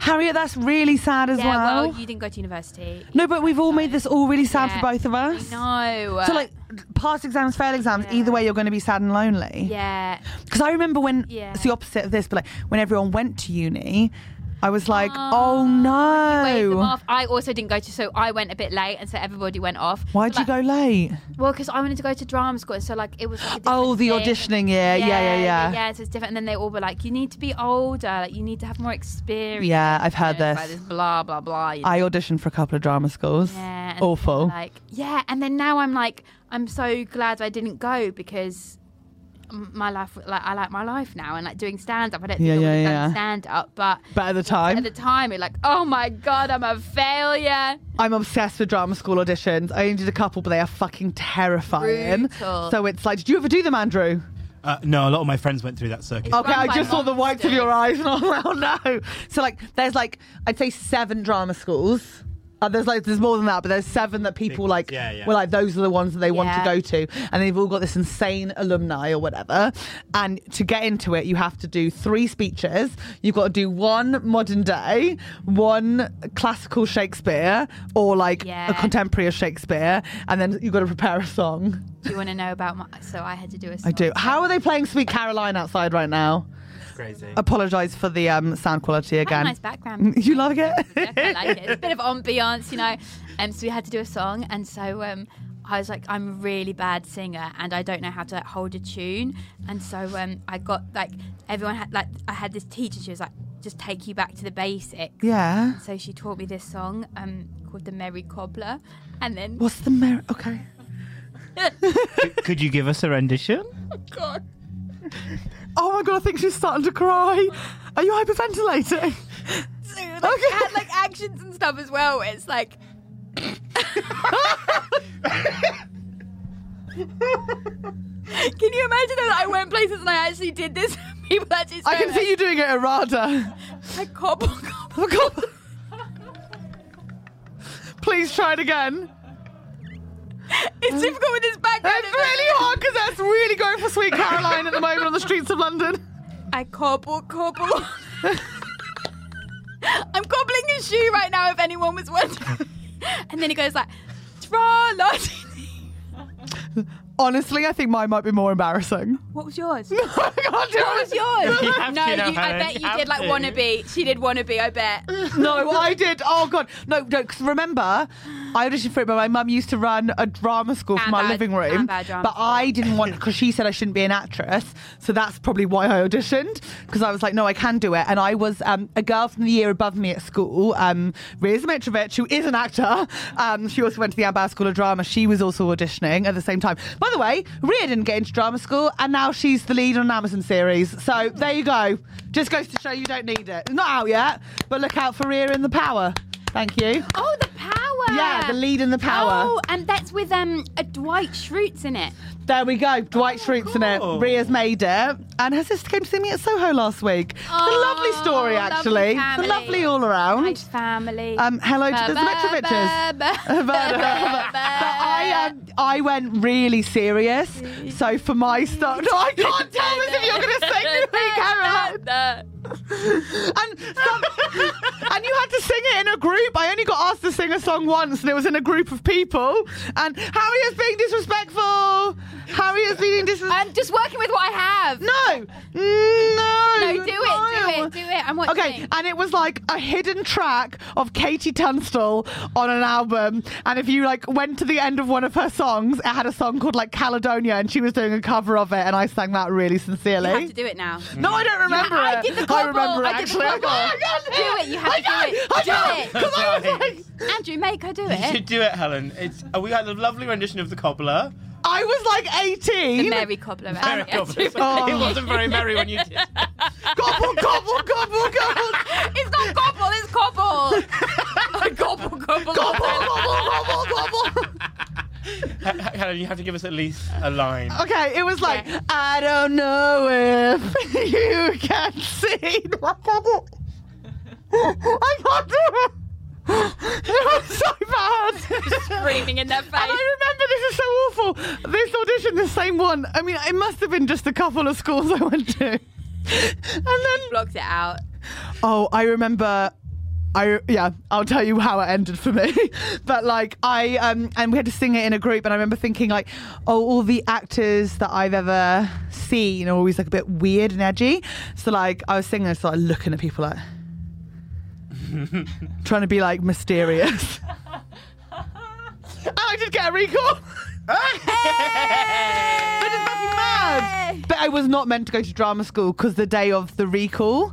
Harriet, that's really sad as
Yeah,
well.
well you didn't go to university.
no, but we've all made this all really sad
Yeah.
for both of us.
No.
So, like, pass exams, fail exams, either way, you're going to be sad and lonely.
yeah.
Because I remember when
Yeah.
it's the opposite of this, but like when everyone went to uni, I was like, oh, no.
waved them off. I also didn't go to, so I went a bit late, and so everybody went off.
Why'd
So,
you
like,
go late?
Well, because I wanted to go to drama school, and so like it was. Like, a
Oh, the
different thing.
auditioning, yeah, yeah, yeah, yeah.
yeah. so it's different. And then they all were like, "You need to be older. Like, you need to have more experience."
Yeah, I've heard
You know, it's
this.
Like, this blah blah blah. you know.
I auditioned for a couple of drama schools.
Yeah, and
Awful.
Like, yeah, and then now I'm like, I'm so glad I didn't go because m- my life, like, I like my life now, and like doing stand up. I don't think
Yeah,
I would
yeah,
have
yeah.
done stand up, but
But at the
at
time,
the time, you're like, oh my god, I'm a failure.
I'm obsessed with drama school auditions. I only did a couple, but they are fucking terrifying.
Brutal.
So it's like, did you ever do them, Andrew?
Uh, no, a lot of my friends went through that circuit.
Oh.
Okay,
Run
I
by
just saw the whites of your eyes, and I was like, oh no. So like, there's like, I'd say seven drama schools. Uh, there's like, there's more than that, but there's seven that people
ones,
like
yeah, yeah.
were like, those are the ones that they want to
Yeah.
go to, and they've all got this insane alumni or whatever. And to get into it, you have to do three speeches. You've got to do one modern day, one classical Shakespeare, or like
Yeah.
a contemporary of Shakespeare, and then you've got to prepare a song.
Do you want to know about my? So I had to do a.
I do.
song.
How are they playing Sweet Caroline outside right now?
Crazy.
apologize for the um, sound quality
Quite a
again.
nice background.
You like
Yeah, I
it?
like it. It's a bit of ambiance, you know. Um, so we had to do a song, and so um, I was like, I'm a really bad singer, and I don't know how to like, hold a tune. And so um, I got like everyone had like I had this teacher. She was like, just take you back to the basics.
yeah.
So she taught me this song um, called the Merry Cobbler, and then
What's the merit? Okay.
Could you give us a rendition?
God,
Oh my god, I think she's starting to cry. Are you hyperventilating?
so,
Okay.
like, it had like actions and stuff as well. Where it's like Can you imagine that I went places and I actually did this? People actually
I can
said,
see you doing it, Errata.
like, cobble, cobble.
Oh god. Please try it again.
It's difficult with this background.
It's really hard because that's really going for Sweet Caroline at the moment on the streets of London.
I cobble, cobble. I'm cobbling a shoe right now. If anyone was wondering, and then he goes like, "Tra la."
Honestly, I think mine might be more embarrassing.
What was yours?
I can't do
What was
it.
yours?
have
no,
to,
you,
no,
I
Hannah,
bet
you
you
have
did like
to.
wannabe. She did wannabe. I bet.
No, I did. Oh god, no, no. Because remember, I auditioned for it, but my mum used to run a drama school from
And
my
bad-
living room.
and bad drama
but I didn't want because she said I shouldn't be an actress, so that's probably why I auditioned because I was like, no, I can do it. And I was um, a girl from the year above me at school, um, Riz Mitrovic, who is an actor. Um, she also went to the Ambar School of Drama. She was also auditioning at the same time. By the way, Rhea didn't get into drama school, and now she's the lead on an Amazon series. So there you go. Just goes to show you don't need it. It's Not out yet, but look out for Rhea in the power. Thank you.
Oh, the power.
Yeah, the lead in the power.
Oh, and that's with um a Dwight Schrute's in it.
There we go. Dwight Schrute's in it.
cool.
Rhea's made it. And her sister came to see me at Soho last week. It's a
Oh,
lovely story,
lovely
actually. It's a
family.
lovely all around.
Nice family.
Um, hello to the Mitroviches. but, but I, um, I went really serious. So for my stuff, no, I can't tell this Oh, if you're going to sing with me, Caroline. And, some, and you had to sing it in a group. I only got asked to sing a song once, and it was in a group of people. And Harry is being disrespectful. Harry is being disrespectful.
I'm just working with what I have.
No, no,
No, do it, do it, do it. I'm watching.
Okay, and it was like a hidden track of Katie Tunstall on an album. And if you like went to the end of one of her songs, it had a song called like Caledonia, and she was doing a cover of it, and I sang that really
You have
sincerely.
to do it now.
no, I don't remember
I
it.
did the cobble.
remember it
I did the
actually.
cobble.
I can't, I can't
Do it, you have
I
to do
can't,
it.
I
Do
can't,
it.
'cause I was like,
Andrew, make her do
You should
it.
do it, Helen. It's uh, we had a lovely rendition of the cobbler.
I was like
The
eighteen.
Mary Cobbler.
Very
Andrew.
cobbler. It wasn't very merry when you did.
Gobble, gobble, gobble, gobble.
It's not gobble, it's cobble. gobble, gobble.
Gobble, gobble, gobble, gobble.
H- Helen, you have to give us at least a line.
Oh,
Okay, it was like, I don't know if you can see. I can't do it. It was so bad.
screaming in their face.
And I remember this is so awful. This audition, the same one. I mean, it must have been just a couple of schools I went to. And then
Blocked it out.
Oh, I remember. I yeah, I'll tell you how it ended for me. but like I um and we had to sing it in a group and I remember thinking like, oh, all the actors that I've ever seen are always like a bit weird and edgy. So like I was singing and started looking at people like trying to be like mysterious. and I did get a recall. Which is fucking mad. But I was not meant to go to drama school because the day of the recall,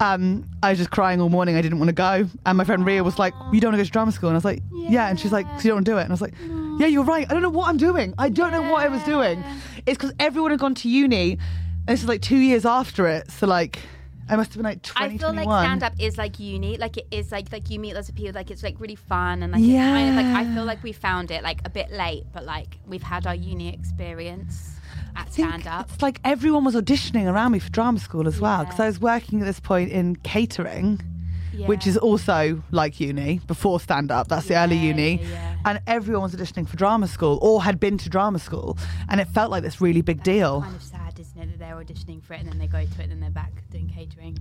um, I was just crying all morning. I didn't want to go. And my friend Ria was like, You don't want to go to drama school? And I was like, Yeah. And she's like, So you don't want to do it? And I was like, Yeah, you're right. I don't know what I'm doing. I don't know what I was doing. It's because everyone had gone to uni. And this is like two years after it. So, like, I must have been like 20,
I feel like
21.
stand up is like uni, like it is like like you meet lots of people, like it's like really fun and like it's kind of like I feel like we found it like a bit late, but like we've had our uni experience at
think
stand up.
It's like everyone was auditioning around me for drama school as well because I was working at this point in catering, which
Yeah.
is also like uni before stand up. That's the early uni. And everyone was auditioning for drama school or had been to drama school. And it felt like this really big deal.
Kind of sad, isn't it, that they're auditioning for it and then they go to it and then they're back doing catering.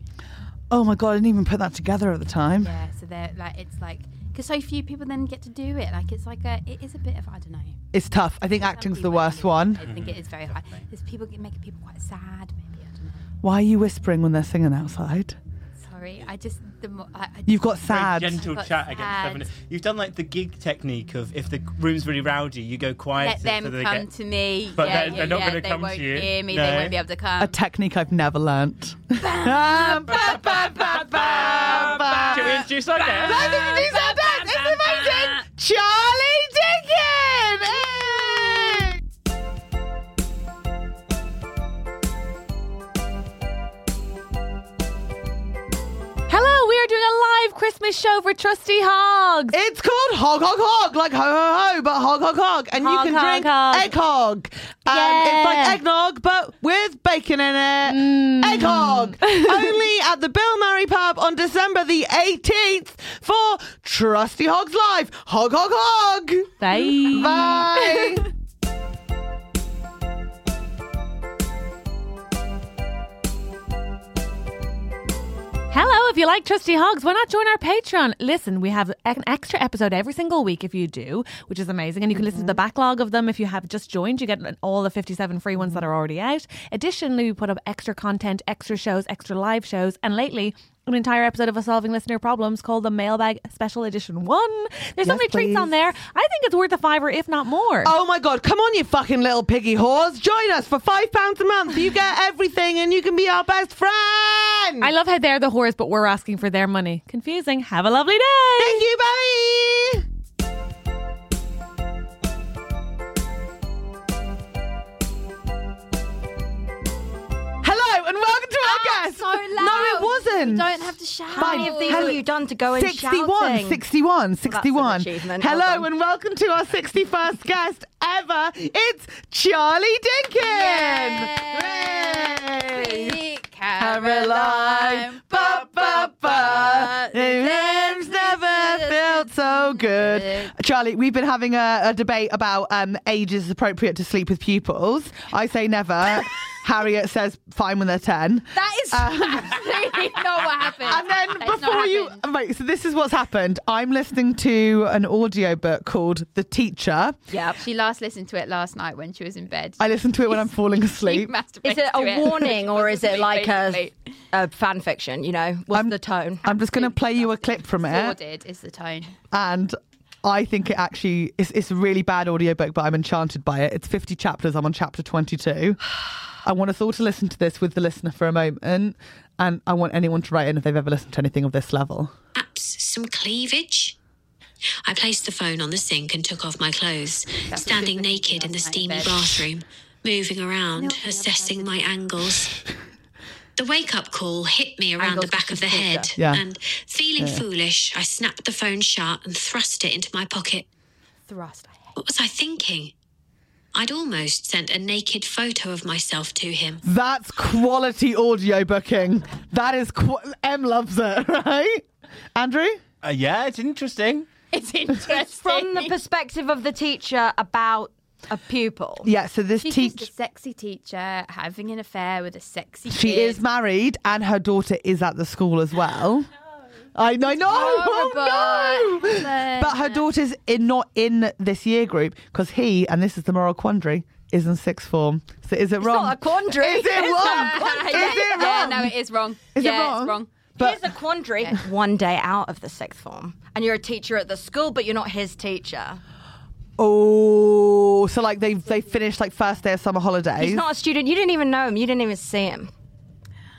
Oh my God, I didn't even put that together at the time.
Yeah, so they're like it's like because so few people then get to do it. Like it's like a it is a bit of I don't know.
It's tough. I think acting's the worst one.
I think it is very
Mm-hmm.
high. There's people get- making people quite sad. Maybe I don't know.
Why are you whispering when they're singing outside?
Sorry, I just the more I, I
You've got
Very
sad.
gentle
Got
chat against
sad.
feminist. You've done like the gig technique of if the room's really rowdy, you go quiet.
let them
so they
come
get...
to me.
But
yeah,
they're-
yeah,
they're not
yeah,
gonna
they
come to
won't
you.
Hear me,
No.
they won't be able to come.
A technique I've never learnt. Um, ba- ba- ba- ba- ba-
Should we introduce our guest?
I think you do sound bad. It's amazing. Charlie Dickin. Hey!
Hello, we are doing a live Christmas show for Trusty Hogs.
It's called hog hog hog, like ho ho ho, but hog hog hog, and
Hog,
you can
hog,
drink
hog.
egg hog. Um,
Yeah. Mm.
It's like eggnog, but with bacon in it. Egg hog. Only at the Bill Murray pub on December the eighteenth for Trusty Hogs Live. Hog hog hog.
Bye.
Bye.
Hello, if you like Trusty Hogs, why not join our Patreon? Listen, we have an extra episode every single week if you do, which is amazing. And you can listen
Mm-hmm.
to the backlog of them if you have just joined. You get all the 57 free ones that
Mm-hmm.
are already out. Additionally, we put up extra content, extra shows, extra live shows. And lately, an entire episode of us solving listener problems called the Mailbag Special Edition 1. There's so
Yes,
many treats on
please.
there. I think it's worth a fiver, if not more.
Oh my god, come on, you fucking little piggy whores. Join us for five pounds a month. You get everything and you can be our best friend.
I love how they're the whores, but we're asking for their money. Confusing. Have a lovely day.
Thank you, bye. Hello and welcome to our guest.
so loud.
No, it wasn't.
You don't have to shout.
Fine.
How many of these
Hello.
have you done to go and
61,
shouting?
61,
an
61.
achievement. Well
Hello
done.
and welcome to our 61st guest ever. It's Charlie Dinkin. Yay. Caroline, ba ba ba. The name's never felt so good. Charlie, we've been having a, a debate about um, ages appropriate to sleep with pupils. I say never. Harriet says fine when they're ten.
That is absolutely not what happened.
Uh, And then
That's not
before you
happened.
wait, so this is what's happened. I'm listening to an audiobook called The Teacher.
Yep.
She last listened to it last night when she was in bed.
I listen to it when I'm falling
She
asleep.
masturbated
Is it
to
a warning or is it like a,
Basically.
a fan fiction? You know, what's
I'm-
the tone?
I'm just going to play you a clip from it.
Sordid is the tone.
and I think it actually it's, it's a really bad audiobook, but I'm enchanted by it. It's 50 chapters. I'm on chapter 22. I want us all to listen to this with the listener for a moment, and I want anyone to write in if they've ever listened to anything of this level.
perhaps some cleavage? I placed the phone on the sink and took off my clothes, standing naked in the steamy bathroom, moving around, assessing my angles. The wake up call hit me around the back of the head,
Yeah.
and feeling foolish, I snapped the phone shut and thrust it into my pocket.
Thrust. I hate
What was I thinking? I'd almost sent a naked photo of myself to him.
That's quality audio booking. That is qu- M loves it, right? Andrew,
Uh, yeah, it's interesting.
It's interesting.
From the perspective of the teacher about a pupil.
yeah. So this
She's
teach
just a sexy teacher having an affair with a sexy
She
kid.
is married and her daughter is at the school as well. I know, I know, oh,
Horrible.
no. But
Uh,
her daughter's in, not in this year group because he, and this is the moral quandary, is in sixth form. So is it
It's
wrong?
not a quandary.
Is it wrong?
Yeah,
Is
yeah,
it wrong?
no, it is wrong.
Is it
yeah,
wrong?
It's wrong.
But
Here's a quandary. One day out of the sixth form, and you're a teacher at the school, but you're not his teacher.
oh, so like they they finished like first day of summer holidays.
He's not a student. You didn't even know him. You didn't even see him.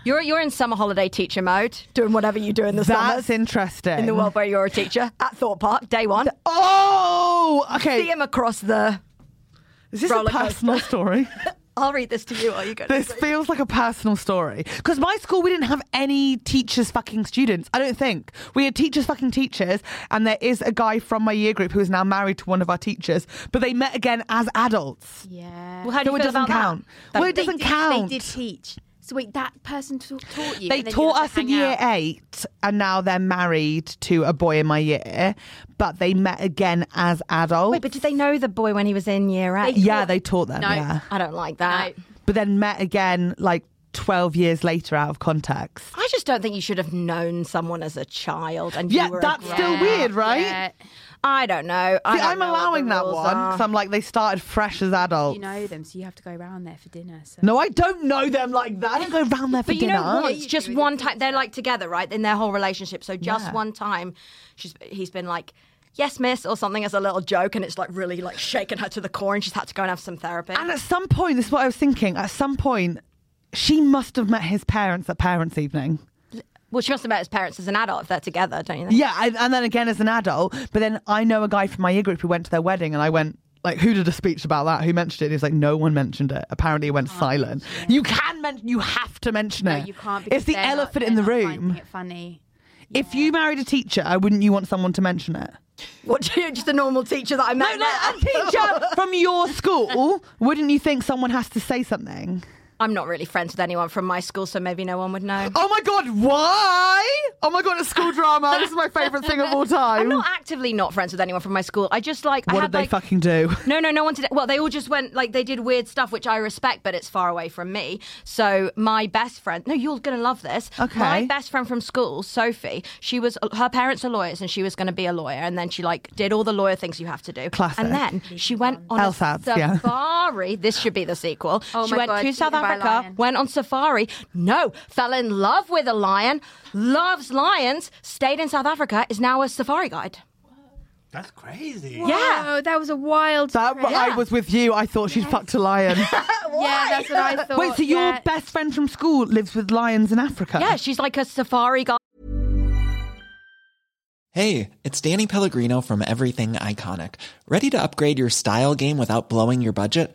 You're you're in summer holiday teacher mode, doing whatever you do in the
That's
summers
interesting.
in the world where you're a teacher at Thought Park, day one.
Oh,
See
okay.
him across the.
Is this a
roller coaster.
personal story?
I'll read this to you while you go. to
This
sleep.
feels like a personal story. Because my school, we didn't have any teachers fucking students. I don't think. We had teachers fucking teachers. And there is a guy from my year group who is now married to one of our teachers. But they met again as adults.
Yeah.
Well, how do
So
you
it
feel
doesn't
about that?
count.
That-
Well, it
They
doesn't
did-
count.
They did teach. So wait, that person ta- taught you.
They
and then you
taught
had to
us in
hang
year
out.
eight, and now they're married to a boy in my year, but they met again as adults.
Wait, but did they know the boy when he was in year eight?
yeah, they taught them,
No.
yeah.
I don't like that.
No.
But then met again like 12 years later out of context.
I just don't think you should have known someone as a child. And
Yeah,
you were a
that's
grown-
still weird, right?
Yeah,
I don't know. I
See,
don't
I'm
know what the
allowing that
rules
one
are.
because I'm like, they started fresh as adults.
you know them, so you have to go around there for dinner. So.
No, I don't know them like that. I don't go round there for
But you
dinner.
know what? It's just
do with
one
your
time. They're like together, right? In their whole relationship. So just
Yeah.
one time, she's he's been like, "Yes, miss," or something as a little joke, and it's like really like shaking her to the core, and she's had to go and have some therapy.
And at some point, this is what I was thinking. At some point, she must have met his parents at parents' evening.
well, she must have met his parents as an adult if they're together, don't you think?
Yeah, and, and then again as an adult. But then I know a guy from my year group who went to their wedding, and I went. Like who did a speech about that? Who mentioned it? He was like, no one mentioned it. Apparently, it went
Oh,
silent. You can mention, you have to mention
No,
it.
you can't. because
It's the
they're not-
elephant in the
they're not finding
room.
It funny.
If you married a teacher, wouldn't you want someone to mention it?
What? Just a normal teacher that I met.
a teacher from your school, wouldn't you think someone has to say something?
I'm not really friends with anyone from my school, so maybe no one would know.
Oh my god, why? Oh my god, it's school drama. This is my favourite thing of all
I'm
time.
not actively not friends with anyone from my school. I just like. I
what
had,
did they
like,
fucking do?
No, no, no one did. Well, they all just went like they did weird stuff, which I respect, but it's far away from me. So my best friend, no, you're gonna love this.
Okay.
My best friend from school, Sophie. She was her parents are lawyers, and she was gonna be a lawyer, and then she like did all the lawyer things you have to do.
Classic.
And then she went on a
LSATs, yeah.
safari. This should be the sequel.
Oh
she
my
went
God,
to South
eaten by a
Africa,
lion.
went on safari. No, fell in love with a lion. Loves lions. Stayed in South Africa. Is now a safari guide.
That's crazy.
Yeah.
Oh, that was a wild.
That,
trip.
I was with you. I thought she'd fucked a lion.
Yeah, that's what I thought.
Wait, so your
yeah.
best friend from school lives with lions in Africa?
Yeah, she's like a safari guide.
Hey, it's Danny Pellegrino from Everything Iconic. Ready to upgrade your style game without blowing your budget?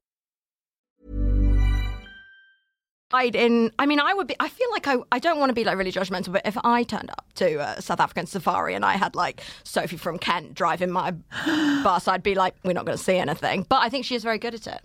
I'd in. I mean, I would be. I feel like I. I don't want to be like really judgmental, but if I turned up to a South African safari and I had like Sophie from Kent driving my bus, I'd be like, we're not going to see anything. But I think she is very good at it.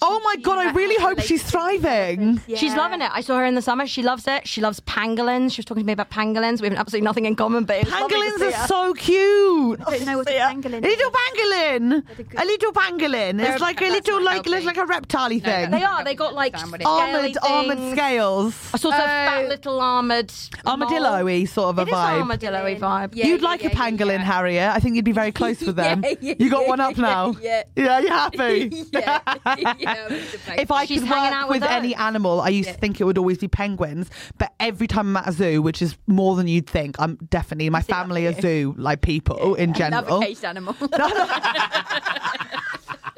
Oh my god, I really hope she's thriving.
She's loving it. I saw her in the summer. She loves it. She loves pangolins. She was talking to me about pangolins. We have absolutely nothing in common, but it was lovely to
Pangolins
see
are
her.
so cute.
I don't know what a pangolin
A little
is.
pangolin. A little pangolin.
They're-
It's like a
that's
little
not
like
helping.
like a reptile thing.
that's
They are. They got like
Damn, what
scaly
it is.
armored armored
things.
scales.
A sort of fat little armored mole.
Armadillo-y sort of a
It is
vibe.
armadillo-y vibe.
Yeah,
You'd
yeah,
like a
yeah, yeah,
pangolin,
yeah.
Harriet. I think you'd be very close with them.
Yeah, yeah,
you got
yeah,
one up
yeah,
now.
yeah.
you happy?
yeah. yeah I'm with the
If I
She's
could
hanging
work
out
with,
with
any
us.
animal, I used to think it would always be penguins. But every time I'm at a zoo, which is more than you'd think, I'm definitely my family are zoo like people in general.
Another caged animal.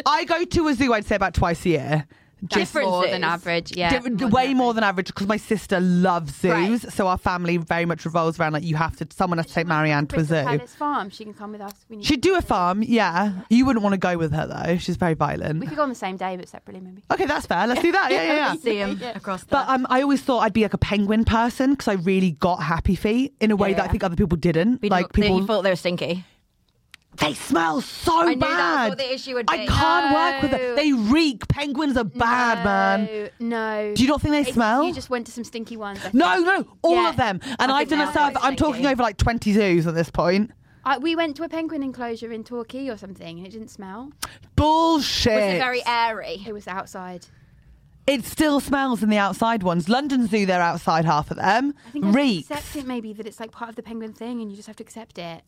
I go to a zoo, I'd say about twice a year.
That's more than
Differences.
average. Yeah,
Di- d- way more than average because my sister loves zoos, so our family very much revolves around like you have to. Someone has to take Marianne to a
Crystal
zoo.
Palace Farm. She can come with us. We need.
She'd do a farm, yeah. You wouldn't want to go with her though; she's very
we
violent.
could go on the same day, but separately maybe.
Okay, that's fair. Let's do that. Yeah, yeah, yeah.
See him across the.
But um, I always thought I'd be like a penguin person because I really got happy feet in a way that I
yeah.
think other people didn't.
People-
like
they
people,
thought they were stinky.
they smell so
I knew
bad.
that was what the issue would
I
be.
can't work with
No.
them. They reek. Penguins are bad, man.
No, no.
Do you not think they
It's-
smell?
You just went to some stinky ones. I think.
No, no, all
Yeah.
of them. And
I
I've
think
done a
they are
survey. I'm talking
stinky.
over like 20 zoos at this point.
I, we went to a penguin enclosure in Torquay or something, and it didn't smell.
Bullshit.
It's very e- airy.
It was outside.
It still smells in the outside ones. London Zoo, they're outside half of them.
I think I
Reeks.
just accept it maybe that it's like part of the penguin thing, and you just have to accept it.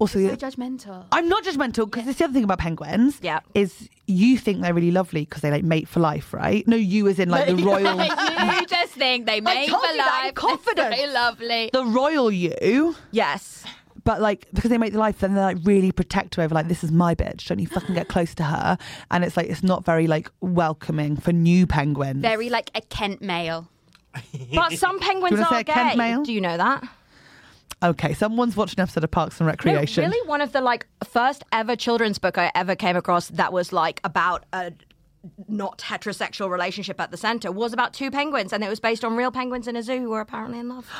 Also,
So judgmental.
I'm not judgmental because it's the other thing about penguins.
Yeah.
Is you think they're really lovely because they like mate for life, right? No, you as in like the royal,
you just think they make
told you that, I'm confident.
Very lovely.
the royal you.
Yes.
But like because they make the life, then they're like really protective over like this is my bitch. Don't you fucking get close to her. And it's like it's not very like welcoming for new penguins.
Very like a Kent male.
But some penguins
wanna say
are
a Kent male?
gay. Do you know that?
Okay, someone's watched an episode of Parks and Recreation.
No, really, one of the like first ever children's book I ever came across that was like about a not heterosexual relationship at the center was about two penguins, and it was based on real penguins in a zoo who were apparently in love.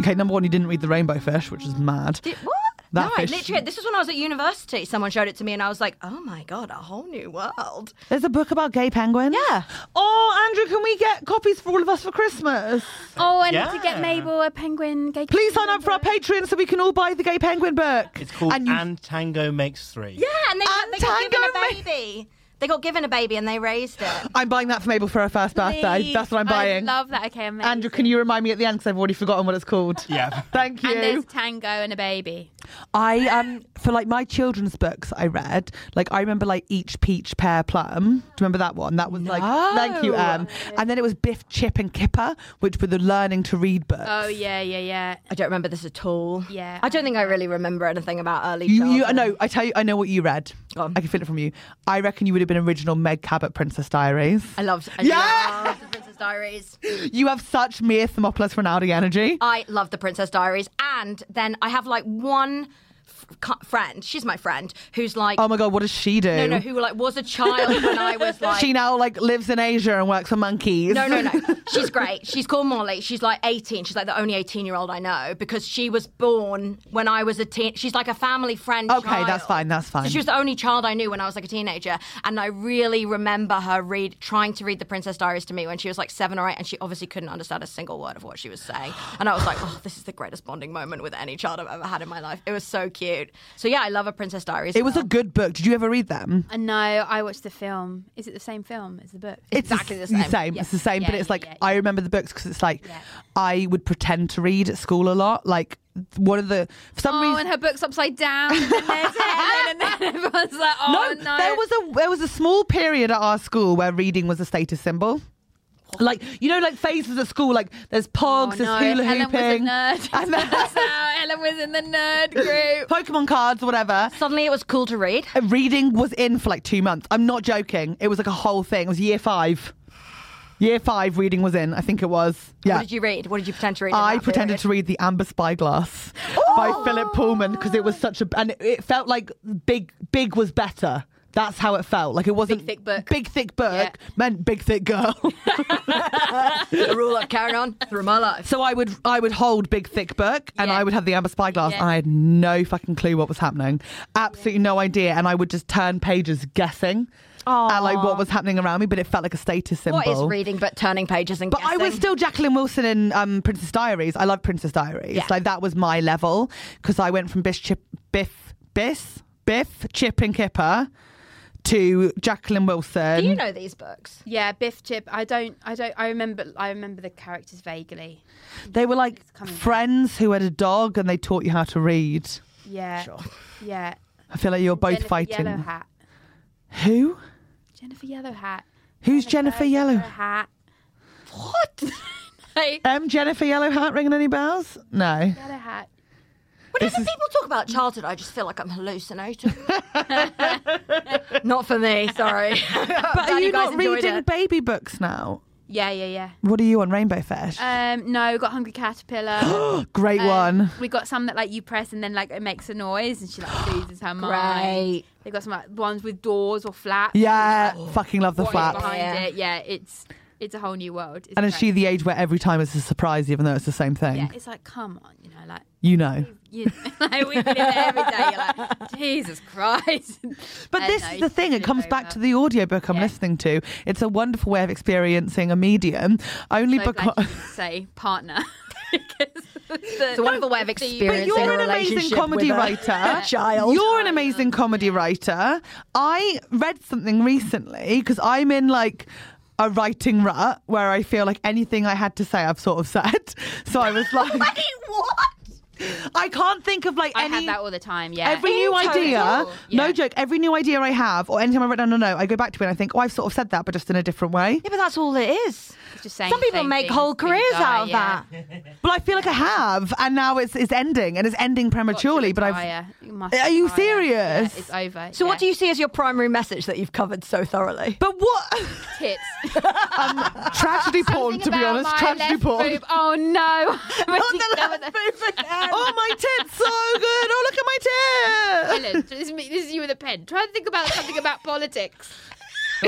Okay, number one, you didn't read the rainbow fish, which is mad.
Did, what?
That
no,
fish-
I literally. This was when I was at university. Someone showed it to me, and I was like, "Oh my god, a whole new world."
There's a book about gay penguins.
Yeah.
Oh, Andrew, can we get copies for all of us for Christmas?
Oh, I need
Yeah.
to get Mabel a penguin. Gay
Please sign up for our Patreon so we can all buy the gay penguin book.
It's called
And
And,
you-
Tango Makes Three.
Yeah, and they,
And
they got given
Tango Ma-
a baby. They got given a baby, and they raised it.
I'm buying that for Mabel for her first birthday. That's what I'm buying.
I love that. Okay, amazing.
Andrew, can you remind me at the end because I've already forgotten what it's called?
Yeah.
Thank
And there's
you.
tango and a baby.
I um for like my children's books I read like I remember like each peach pear plum. Do you remember that one? That was like thank you um and then it was Biff Chip and Kipper, which were the learning to read books.
Oh yeah, yeah, yeah.
I don't remember this at all.
Yeah,
I don't think I really remember anything about early.
You, you, I
childhood.
know. I tell you, I know what you read.
Go on.
I can feel it from you. I reckon you would have been original Meg Cabot Princess Diaries.
I loved. I
Yeah!
loved the Princess Diaries.
You have such mere Thermopolis Rinaldi energy.
I love the Princess Diaries, and then I have like one f- cu- friend. She's my friend who's like,
Oh my god, what does she do?
no, no, who like was a child when I was like.
she now like lives in Asia and works for monkeys.
no, no, no. She's great. She's called Molly. She's like 18. She's like the only 18 year old I know because she was born when I was a teen. She's like a family friend.
Okay,
child.
that's fine, that's fine.
So she was the only child I knew when I was like a teenager, and I really remember her read trying to read the Princess Diaries to me when she was like seven or eight, and she obviously couldn't understand a single word of what she was saying. And I was like, oh, this is the greatest bonding moment with any child I've ever had in my life. It was so cute. So yeah, I love a Princess Diaries.
It was a good book. Did you ever read them?
And Uh, no, I watched the film. Is it the same film as the book?
It's
exactly the same.
It's the same, but
Yeah,
it's like
yeah, yeah.
I remember the books because it's like I would pretend to read at school a lot. Like one of the for some
Oh,
reason
and her book's upside down, and then there's heaven, and then everyone's like,
no,
oh no.
there was a there was a small period at our school where reading was a status symbol. Like you know, like phases at school. Like there's
Oh,
pogs,
no,
there's hula
Ellen
hooping,
was a
and
nerd. Turns
then
out Ellen was in the nerd group.
Pokemon cards or whatever.
Suddenly, it was cool to read.
And reading was in for like two months. I'm not joking. It was like a whole thing. It was year five. Year five reading was in. I think it was. Yeah.
What did you read? What did you pretend to read? in
I
that
pretended to read
period?
The Amber Spyglass
Oh!
by Philip Pullman because it was such a and it, it felt like big big was better. That's how it felt. Like it wasn't
Big, thick book.
Big thick book
Yeah.
meant big thick girl.
the rule of carrying on through my life.
so I would I would hold big thick book and
Yeah.
I would have the amber spyglass
Yeah.
and I had no fucking clue what was happening. Absolutely no idea. And I would just turn pages guessing at like what was happening around me, but it felt like a status symbol.
What is reading but turning pages and
But I was
guessing?
still Jacqueline Wilson in um, Princess Diaries. I love Princess Diaries.
Yeah.
Like that was my level because I went from Biff, Chip, Biff, Biff, Biff, Chip and Kipper to Jacqueline Wilson.
Do you know these books?
Yeah, Biff Chip. I don't. I don't. I remember. I remember the characters vaguely.
they were like
coming.
friends who had a dog and they taught you how to read.
Yeah. Yeah.
I feel like you're both
Jennifer
fighting.
Yellow Hat.
Who?
Jennifer Yellow Hat. Uh,
Who's Jennifer Yellow?
Hat.
Um, Jennifer Yellow Hat ringing any bells? No.
Yellow Hat.
Whenever people talk about childhood, I just feel like I'm hallucinating. not for me, sorry.
But are
Glad
you,
guys
not
enjoyed
reading
it.
baby books now?
Yeah, yeah, yeah.
What are you on Rainbow Fish?
Um, no, got hungry caterpillar.
Great
Um,
one.
We got some that like you press and then like it makes a noise and she like loses her
Great.
mind. They got some like, ones with doors or flaps.
Yeah, fucking love the
oh. What
flaps.
is behind
Yeah.
it? Yeah, it's it's a whole new world. It's
And is she
great.
the age where every time it's a surprise, even though it's the same thing?
Yeah, it's like come on, you know, like
You know.
you like we did it every day. You're like Jesus Christ.
But
Uh,
this
no,
is
you
the
just
thing,
do
it comes back
over.
to the audiobook I'm
Yeah.
listening to. It's a wonderful way of experiencing a medium, only
So glad you
because.
didn't say partner. because the-
It's a wonderful way of
But
experiencing
you're
a
an amazing
relationship
comedy
with a
writer.
child.
You're an amazing comedy writer. I read something recently because I'm in like a writing rut where I feel like anything I had to say I've sort of said. So I was like,
what?
I can't think of like
I
any.
have that all the time. Yeah,
Every new idea,
Total,
no
yeah.
joke, every new idea I have, or anytime I write down a note, I go back to it and I think, oh, I've sort of said that, but just in a different way.
Yeah, but that's all it is.
It's just saying
Some
the
people
same
make
things
whole
till you
careers
die,
out of
yeah.
that.
But I feel like I have, and now it's, it's ending, and it's ending prematurely, but I've.
I've.
Are you serious?
it's over.
So,
yeah.
what do you see as your primary message that you've covered so thoroughly?
But what?
tits?
tragedy porn, to be
About
honest.
my
Tragedy
left
porn.
boob. Oh no!
Not the left boob again. Oh, my tits so good. Oh, look at my tits.
Ellen, this is, me, this is you with a pen. Try and think about something about politics.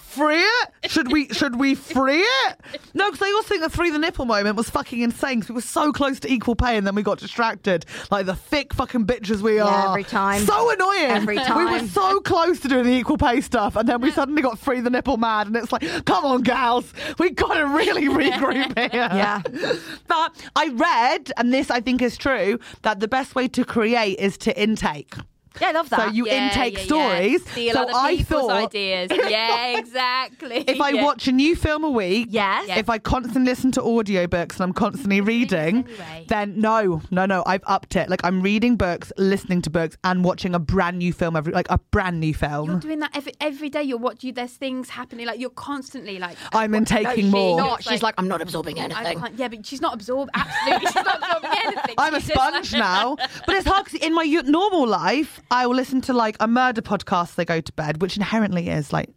Free it? Should we? Should we free it? No, because I also think the free the nipple moment was fucking insane. Because we were so close to equal pay, and then we got distracted, like the thick fucking bitches we are.
every time.
So annoying.
Every
We were
time.
so close to doing the equal pay stuff, and then we suddenly got free the nipple mad, and it's like, come on, gals, we gotta really regroup here.
Yeah.
But I read, and this I think is true, that the best way to create is to intake.
Yeah, I love that.
So you
Yeah,
intake
yeah, yeah.
stories.
Steal
so
other
I
people's
thought
ideas. Yeah, exactly.
if I
Yeah.
watch a new film a week,
Yes.
if I constantly listen to audiobooks and I'm constantly reading,
anyway.
then no, no, no, I've upped it. Like I'm reading books, listening to books, and watching a brand new film every, like a brand new
You're
film.
doing that every every day. You're watching. There's things happening. Like you're constantly like.
I'm in taking
she's
more.
not.
Not, she's like, I'm not absorbing
I
anything.
can't, yeah, but she's not absorbed. Absolutely, she's not absorbing anything.
I'm a
She's just like-
sponge now. But it's hard 'cause in my u- normal life, I will listen to like a murder podcast. They go to bed, which inherently is like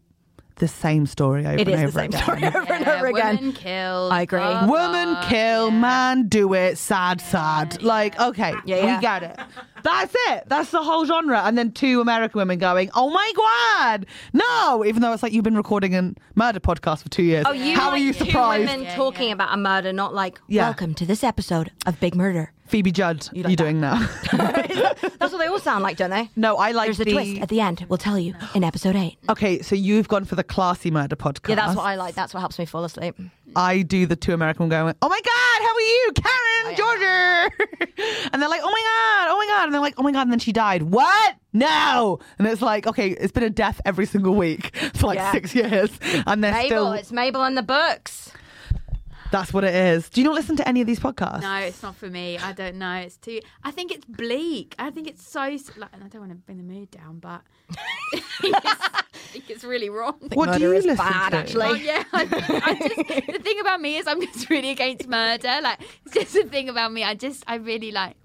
the same story over
It is
and
the
over
same
again.
story over and
Yeah,
over
Woman
again.
killed.
I agree.
blah, blah.
Woman kill, man do it, sad, sad. like, okay,
yeah.
we get it. That's it. That's the whole genre. And then two American women going, oh my God, no. Even though it's like you've been recording a murder podcast for two years.
Oh, you
How
like
are you
two
surprised?
women talking about a murder, not like,
Yeah.
welcome to this episode of Big Murder.
Phoebe Judd, you
like
are
that?
doing now.
That's what they all sound like, don't they?
no, I like
There's a
the.
twist at the end. We'll tell you in episode eight.
Okay, so you've gone for the classy murder podcast.
Yeah, that's what I like. That's what helps me fall asleep.
I do the two American women going, Oh my God, how are you? Karen, Georgia. and they're like, Oh my God, oh my God. And they're like, Oh my God. And then she died. What? No. And it's like, Okay, it's been a death every single week for like
Yeah.
six years. And they're
Mabel,
still,
it's Mabel in the books.
that's what it is. Do you not listen to any of these podcasts?
No, it's not for me. I don't know. It's too. I think it's bleak. I think it's so. s- Like, and I don't want to bring the mood down, but I think it's- I think it's really wrong.
What do
murder
you
is
listen
bad,
to?
actually.
Oh, yeah, I, think- I just the thing about me is I'm just really against murder. Like it's just the thing about me. I just I really like.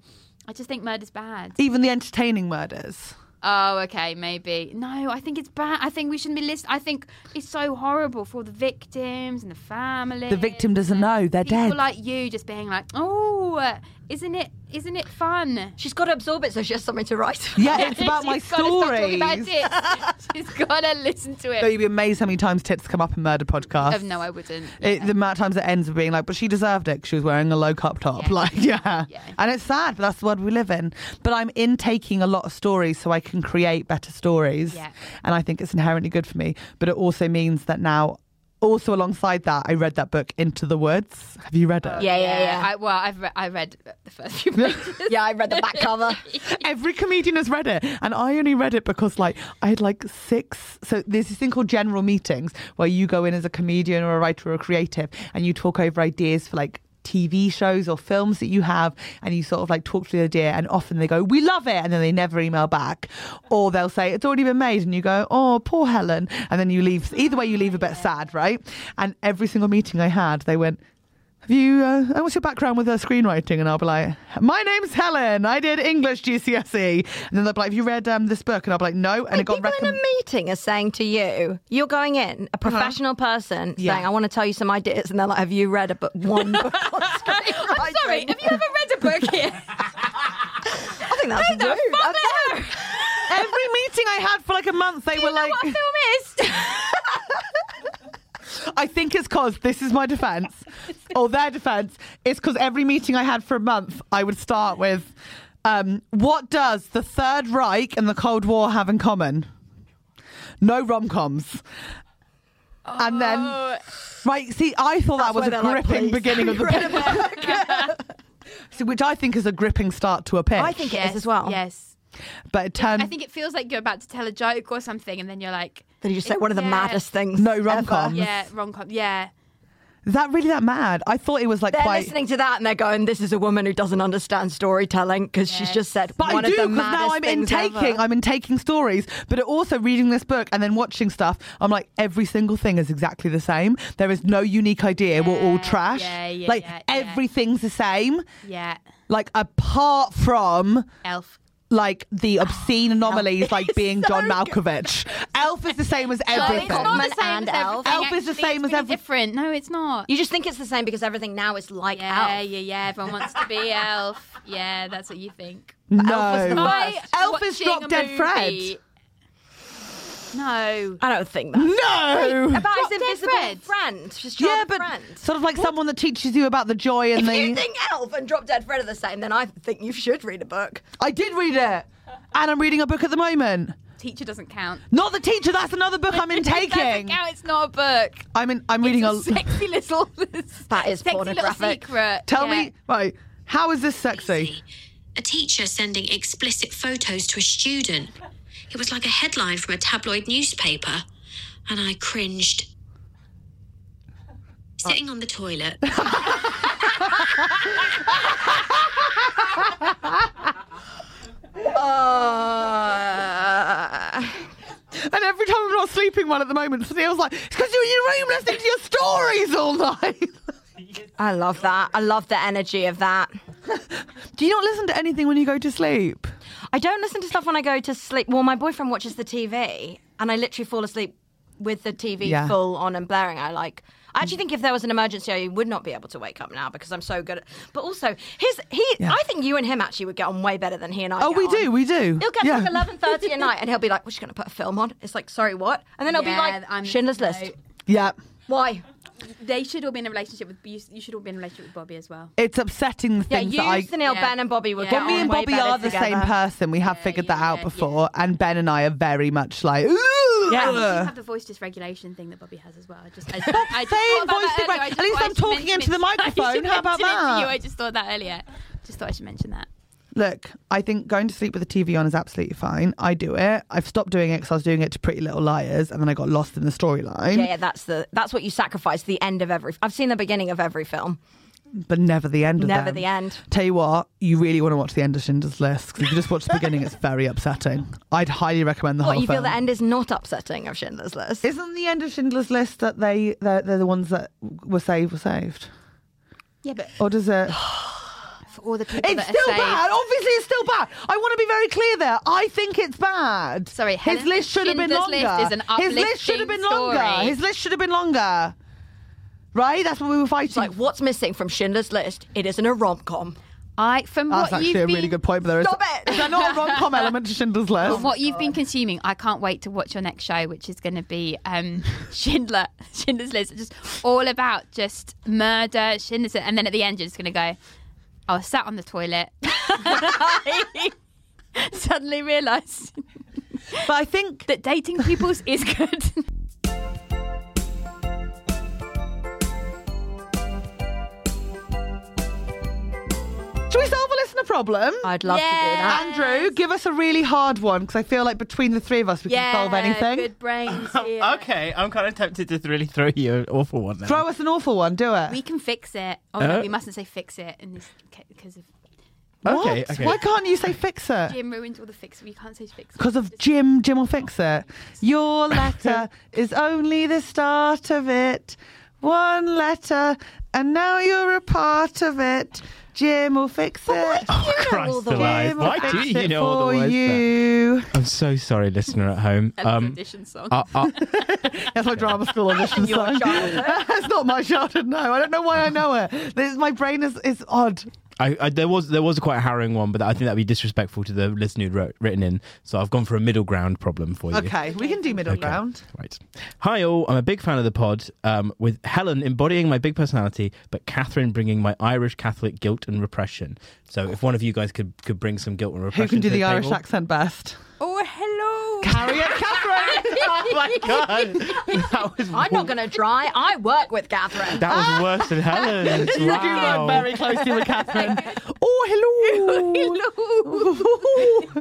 I just think murder's bad.
Even the entertaining murders.
Oh, okay, maybe. No, I think it's bad. I think we shouldn't be list. I think it's so horrible for the victims and the family.
The victim doesn't know they're
People
dead.
like you just being like, oh, isn't it? Isn't it fun?
She's got to absorb it, so she has something to write.
yeah, it's about
She's
my
gotta stop talking
stories.
about it. She's gotta listen to
So
it.
you'd be amazed how many times tits come up in murder podcasts.
Oh, no, I wouldn't.
It, the amount of times it ends with being like, but she deserved it 'cause she was wearing a low cup top.
Yeah.
Like, yeah.
Yeah.
And it's sad, but that's the world we live in. But I'm intaking a lot of stories so I can create better stories.
Yeah.
And I think it's inherently good for me. But it also means that now, also alongside that, I read that book, Into the Woods. Have you read
Oh,
it?
Yeah, yeah, yeah.
I, well, I've re- I read the first few pages.
yeah, I read the back cover.
Every comedian has read it, and I only read it because like I had like six. So there's this thing called general meetings where you go in as a comedian or a writer or a creative, and you talk over ideas for like. TV shows or films that you have, and you sort of like talk through the idea, and often they go, We love it, and then they never email back. Or they'll say, It's already been made, and you go, Oh, poor Helen. And then you leave, either way, you leave a bit sad, right? And every single meeting I had, they went, Have you? Uh, oh, what's your background with uh, screenwriting? And I'll be like, my name's Helen. I did English GCSE. E." And then they'll be like, have you read um, this book? And I'll be like, no. And it got
people in
recommended.
a meeting are saying to you, you're going in, a professional person
Yeah.
saying, I want to tell you some ideas. And they're like, Have you read a book? One book on
I'm sorry,
screenwriting?"
have you ever read a book here?
I think that's rude. I
Bother!
Every meeting I had for like a month, they were like,
what film is?
I think it's because this is my defense, or their defense. It's because every meeting I had for a month, I would start with, um, "What does the Third Reich and the Cold War have in common?" No rom coms. And then, right? See, I thought that was a
where Oh. they're like,
gripping
"Please,
beginning of the
read a
book. So, which I think is a gripping start to a pitch.
I think it is as well.
Yes.
but it turned
I think it feels like you're about to tell a joke or something, and then you're like,
Then you just say one of the
Yeah.
maddest things.
No
ever.
rom-com.
yeah, rom com. Yeah.
is that really that mad? I thought it was like
They're
quite.
listening to that and they're going, This is a woman who doesn't understand storytelling because she's
Yes.
just said
But
one
I do
of the
because
maddest
now I'm in
things
taking.
ever."
I'm in taking stories, but also reading this book and then watching stuff. I'm like, every single thing is exactly the same. There is no unique idea. We're all
Yeah,
trash.
yeah, yeah,
like
yeah, yeah.
everything's the same.
Yeah.
Like apart from
Elf.
like
Oh,
the obscene anomalies, like being John Malkovich. Elf is the same as
Charlie
everything.
Kaufman
Not the same
and
as everything,
Elf.
Elf is the
actually.
same
It's
as
really
every-
different. No, it's not.
You just think it's the same because everything now is like
Yeah,
Elf.
yeah, yeah. Everyone wants to be elf. Yeah, that's what you think.
no.
Elf was the
I
worst.
was
Elf is
watching
Drop
a
Dead Fred.
movie- No.
I don't think that.
no.
About his
Dead
invisible
Fred.
friend. She's just
yeah,
Charlie's
but
friend.
sort of like someone that teaches you about the joy and
If
the.
you think Elf and Drop Dead Fred are the same, then I think you should read a book.
I did read it, and I'm reading a book at the moment.
Teacher doesn't count.
Not the teacher. That's another book I'm in
Doesn't
taking.
count. It's not a book.
I'm in. I'm reading
It's
a.
a sexy little.
That is
sexy Little
pornographic.
secret.
Tell
Yeah.
me, right? How is this sexy?
A teacher sending explicit photos to a student. It was like a headline from a tabloid newspaper, and I cringed. Sitting on the toilet,
And every time I'm not sleeping well at the moment, Steele's like, "It's because you're in your room listening to your stories all night."
I love that. I love the energy of that.
Do you not listen to anything when you go to sleep?
I don't listen to stuff when I go to sleep. Well, my boyfriend watches the TV, and I literally fall asleep with the TV
Yeah.
full on and blaring. I like. I actually think if there was an emergency, I would not be able to wake up now because I'm so good. At, but also, his he.
Yeah.
I think you and him actually would get on way better than he and I.
Oh,
get
we
on.
do, we do.
He'll get
Yeah.
to like eleven thirty at night, and he'll be like, "We're just going to put a film on." It's like, "Sorry, what?" And then he'll
Yeah,
be like,
I'm-
"Schindler's
no.
List."
Yeah,
Why?
They should all be in a relationship with you. You should all be in a relationship with Bobby as well.
it's upsetting the
Yeah,
things
you,
that I.
Sunil,
Yeah.
Ben, and Bobby would
Yeah.
get
Well,
me
on
and
way
Bobby
better
are the
together.
same person. We have figured that out
yeah,
before, and Ben and I are very much like. Ooh!
I think you have the voice dysregulation thing that Bobby has as well. I just, I, I just
saying
thought about
voice
that earlier.
dysreg-
I
At least
just thought I
I'm
should
talking
mention
into the
it to- I should
microphone. How about
mention it to you.
that?
I just thought that earlier. Just thought I should mention that.
Look, I think going to sleep with the TV on is absolutely fine. I do it. I've stopped doing it because I was doing it to Pretty Little Liars, and then I got lost in the storyline.
Yeah, yeah, that's the that's what you sacrifice. The end of every. I've seen the beginning of every film.
but never the end of
Never
them.
the end.
Tell you what, you really want to watch the end of Schindler's List 'cause if you just watch the beginning, it's very upsetting. I'd highly recommend the
What
whole
you
film.
feel the end is not upsetting of Schindler's List.
Isn't the end of Schindler's List that they they're, they're the ones that were saved were saved,
Yeah, but
or does it?
for all the people
It's
that are
still
saved-
bad. Oh. Obviously, it's still bad. I want to be very clear there. I think it's bad.
Sorry,
his
Helen,
list should have been
Schindler's
longer.
List is an
His list should have been
uplifting
longer.
story.
His list should have been longer. Right? That's what we were fighting.
It's like what's missing from Schindler's List? It isn't a rom com.
I from
That's
what
actually
you've
a
been,
really good point. But there is,
Stop it!
is there not a rom com element to Schindler's List?
From what you've been consuming, I can't wait to watch your next show, which is going to be um, Schindler, Schindler's List, just all about just murder, Schindler's, and then at the end you're just going to go, I was sat on the toilet, suddenly realised
But I think
that dating peoples is good.
should we solve a listener problem?
I'd love to do that.
Andrew, give us a really hard one because I feel like between the three of us we
yeah,
can solve anything.
good brains. Here.
Okay, I'm kind of tempted to really throw you an awful one now.
Throw us an awful one. Do it.
we can fix it. Oh no,
Uh-huh.
Uh.
we mustn't say fix it in this because of
okay,
What?
okay.
Why can't you say fix it?
Jim ruined all the fix. We can't say fix. it.
Because of Jim, Jim will fix it. Your letter is only the start of it. One letter and now you're a part of it. Jim will fix it.
Oh, Christ alive.
Jim will
Why
fix
do you
it
know all the
for
words there?
you.
I'm so sorry, listener at home. Um,
audition song.
uh, uh,
That's my drama school audition
Your
song.
childhood.
That's not my childhood. No, I don't know why I know it. This, my brain is, is odd.
I, I, there was there was a quite harrowing one, but I think that'd be disrespectful to the listener who'd wrote, written in. So I've gone for a middle ground problem for you.
Okay, we can do middle
Okay.
ground.
Right. Hi all. I'm a big fan of the pod. Um, with Helen embodying my big personality, but Catherine bringing my Irish Catholic guilt and repression. So if one of you guys could could bring some guilt and repression,
Who can do
to
the Irish
table.
accent best?
Oh, hello.
Harriet Catherine.
Oh my god, that was
I'm not going to try. I work with Catherine.
that was worse than Helen's.
You do look
Wow.
very closely with Catherine. Oh, hello.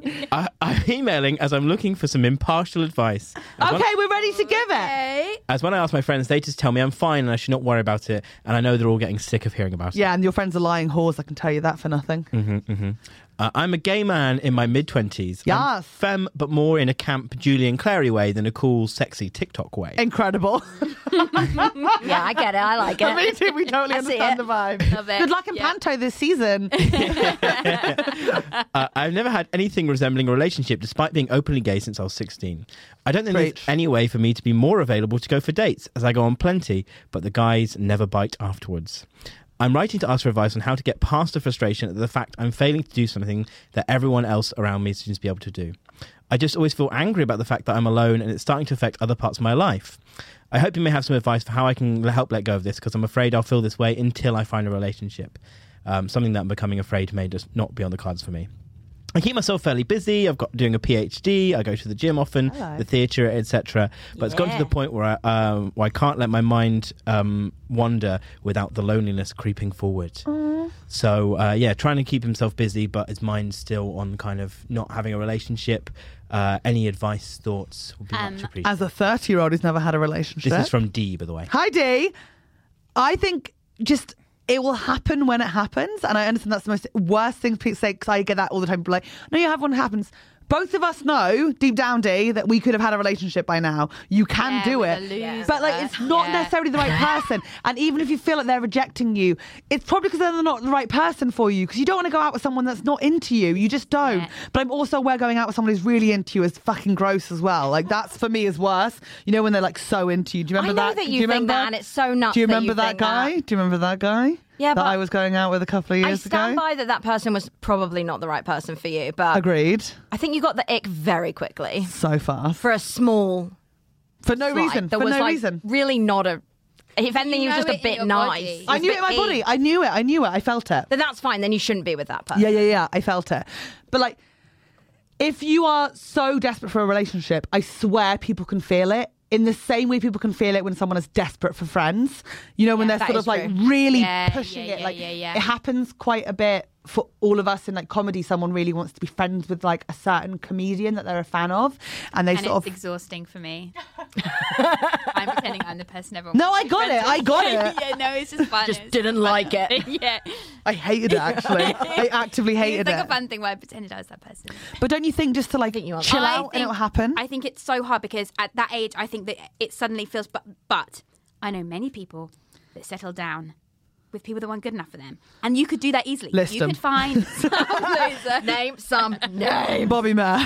hello.
I, I'm emailing as I'm looking for some impartial advice. As one-
okay, we're ready to give it.
Hey.
As when I ask my friends, they just tell me I'm fine and I should not worry about it. And I know they're all getting sick of hearing about it.
Yeah, and your friends are lying whores. I can tell you that for nothing.
Mm. Uh, I'm a gay man in my mid 20s. I'm
Yes.
femme, but more in a camp Julian Clary way than a cool, sexy TikTok way.
Incredible.
Yeah, I get it. I like it.
Me too. We totally
I see
understand
it.
the vibe.
Love it.
Good luck in
Yeah.
Panto this season.
Uh, I've never had anything resembling a relationship despite being openly gay since I was 16. I don't think
Preach.
there's any way for me to be more available to go for dates, as I go on plenty, but the guys never bite afterwards. I'm writing to ask for advice on how to get past the frustration at the fact I'm failing to do something that everyone else around me seems to be able to do. I just always feel angry about the fact that I'm alone and it's starting to affect other parts of my life. I hope you may have some advice for how I can l- help let go of this because I'm afraid I'll feel this way until I find a relationship. Um, something that I'm becoming afraid may just not be on the cards for me. I keep myself fairly busy. I've got doing a PhD. I go to the gym often, the theatre, etc. But it's gotten to
Yeah.
the point where I, um, where I can't let my mind um, wander without the loneliness creeping forward. So uh, yeah, trying to keep himself busy, but his mind's still on kind of not having a relationship. Uh, any advice, thoughts would be much appreciated.
Um, As a 30 year old who's never had a relationship.
This is from D, by the way.
Hi, D. I think just it will happen when it happens, and I understand that's the most worst thing people say because I get that all the time. People are like, no, you have one it happens. Both of us know deep down, D, that we could have had a relationship by now. You can
Yeah,
do
we're
it,
the loser.
but like it's not
Yeah.
necessarily the right person. And even if you feel like they're rejecting you, it's probably because they're not the right person for you. Because you don't want to go out with someone that's not into you. You just don't.
Yeah.
But I'm also aware going out with someone who's really into you is fucking gross as well. Like that's for me is worse. You know when they're like so into you. Do you remember
I know that
Do
you think
remember?
that, and it's so nuts
Do you
that you
remember that
think
guy?
that.
Do you remember that guy?
Yeah,
that
but-
I was going out with a couple of
I
years
stand
ago.
by that that person was probably not the right person for you, but
Agreed.
I think you got the ick very quickly
So fast
for a small
for no
slight
reason.
That
For
was
no
like
reason.
really not a. If anything, he was
know
just
it
a
in
bit
your
nice.
body.
I
He's
knew
a
it in
bit
my body.
ick.
I knew it. I knew it. I felt it.
Then that's fine. Then you shouldn't be with that person.
Yeah, yeah, yeah. I felt it. But like, if you are so desperate for a relationship, I swear people can feel it. In the same way people can feel it when someone is desperate for friends. You know, when
Yeah,
they're
that
sort
is
of like
true.
really
Yeah,
pushing
yeah,
it.
yeah,
Like
yeah, yeah.
it happens quite a bit for all of us in like comedy. Someone really wants to be friends with like a certain comedian that they're a fan of, and they
And
sort of.
it's exhausting for me. I'm pretending I'm the person everyone.
no,
wants
I
to be
got it.
friends
I
with.
got it.
yeah, no, it's just fun.
Just
It's-
didn't like it.
yeah,
I hated it actually. I actively hated
it's like
it.
a fun thing where I pretended I was that person.
But don't you think just to like
think you are-
chill
I
out and
think-
it'll happen?
I think it's so hard because at that age, I think that it suddenly feels. But but I know many people that settle down with people that weren't good enough for them, and you could do that easily.
List
you
them.
could find some loser.
Name some name.
Bobby Mayer.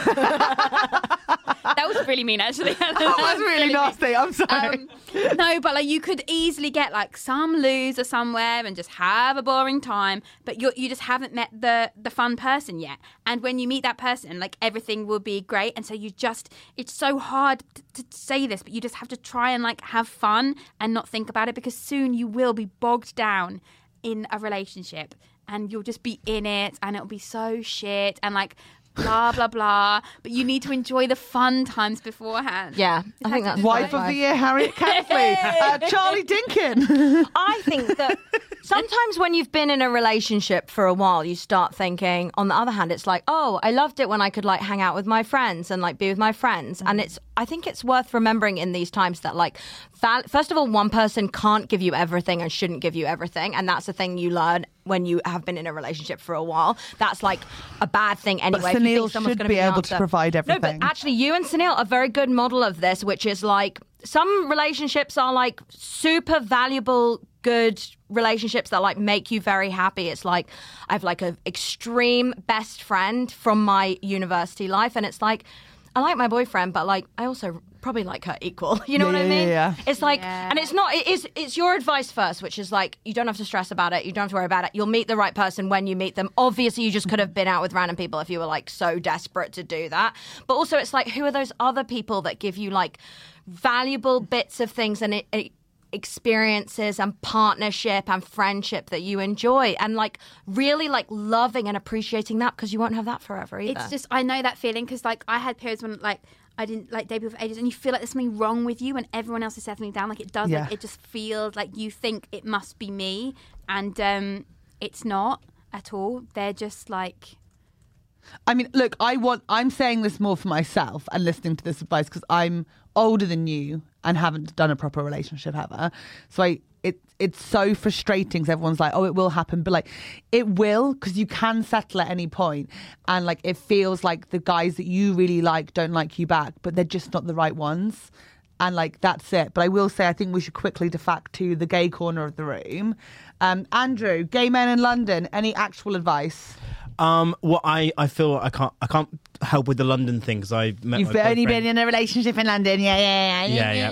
That was really mean, actually. that
That's really nasty. I'm sorry.
Um, no, but like you could easily get like some loser somewhere and just have a boring time, but you you just haven't met the the fun person yet. And when you meet that person, like everything will be great. And so you just it's so hard t- to say this, but you just have to try and like have fun and not think about it because soon you will be bogged down in a relationship and you'll just be in it and it'll be so shit and like blah blah blah but you need to enjoy the fun times beforehand
Yeah, I think that's
Wife of the year, Harriet Cathley. uh, Charlie Dinkin.
I think that sometimes when you've been in a relationship for a while, you start thinking, on the other hand, it's like, oh, I loved it when I could like hang out with my friends and like be with my friends.
Mm.
And it's, I think it's worth remembering in these times that like, val- first of all, one person can't give you everything and shouldn't give you everything. And that's the thing you learn when you have been in a relationship for a while. That's like a bad thing anyway. if you think
Sunil
someone's
should
gonna
be
the
able to
answer.
provide
No,
everything.
but actually, you and Sunil are very good model of this, which is like some relationships are like super valuable good relationships that like make you very happy. It's like I have like an extreme best friend from my university life, and it's like I like my boyfriend, but like I also probably like her equal. You know
Yeah,
what I
yeah, yeah,
mean?
yeah.
It's like, and it's not. It is. It's your advice first, which is like you don't have to stress about it. You don't have to worry about it. You'll meet the right person when you meet them. Obviously, you just could have been out with random people if you were like so desperate to do that. But also, it's like who are those other people that give you like valuable bits of things and it, it experiences and partnership and friendship that you enjoy and like really like loving and appreciating that because you won't have that forever either.
It's just I know that feeling because like I had periods when like I didn't like debut for ages, and you feel like there's something wrong with you, and everyone else is settling down. Like it does,
Yeah.
like, it just feels like you think it must be me, and um, it's not at all. They're just like
I mean, look, I want. I'm saying this more for myself and listening to this advice because I'm older than you and haven't done a proper relationship ever. So I, it, it's so frustrating. 'cause everyone's like, "Oh, it will happen," but like, it will because you can settle at any point, and like, it feels like the guys that you really like don't like you back, but they're just not the right ones. And like that's it. But I will say, I think we should quickly defact to the gay corner of the room. Um, Andrew, gay men in London. Any actual advice?
Um, well, I, I feel I can't I can't help with the London thing because I met
You've
my
only
boyfriend.
been in a relationship in London. Yeah, yeah, yeah.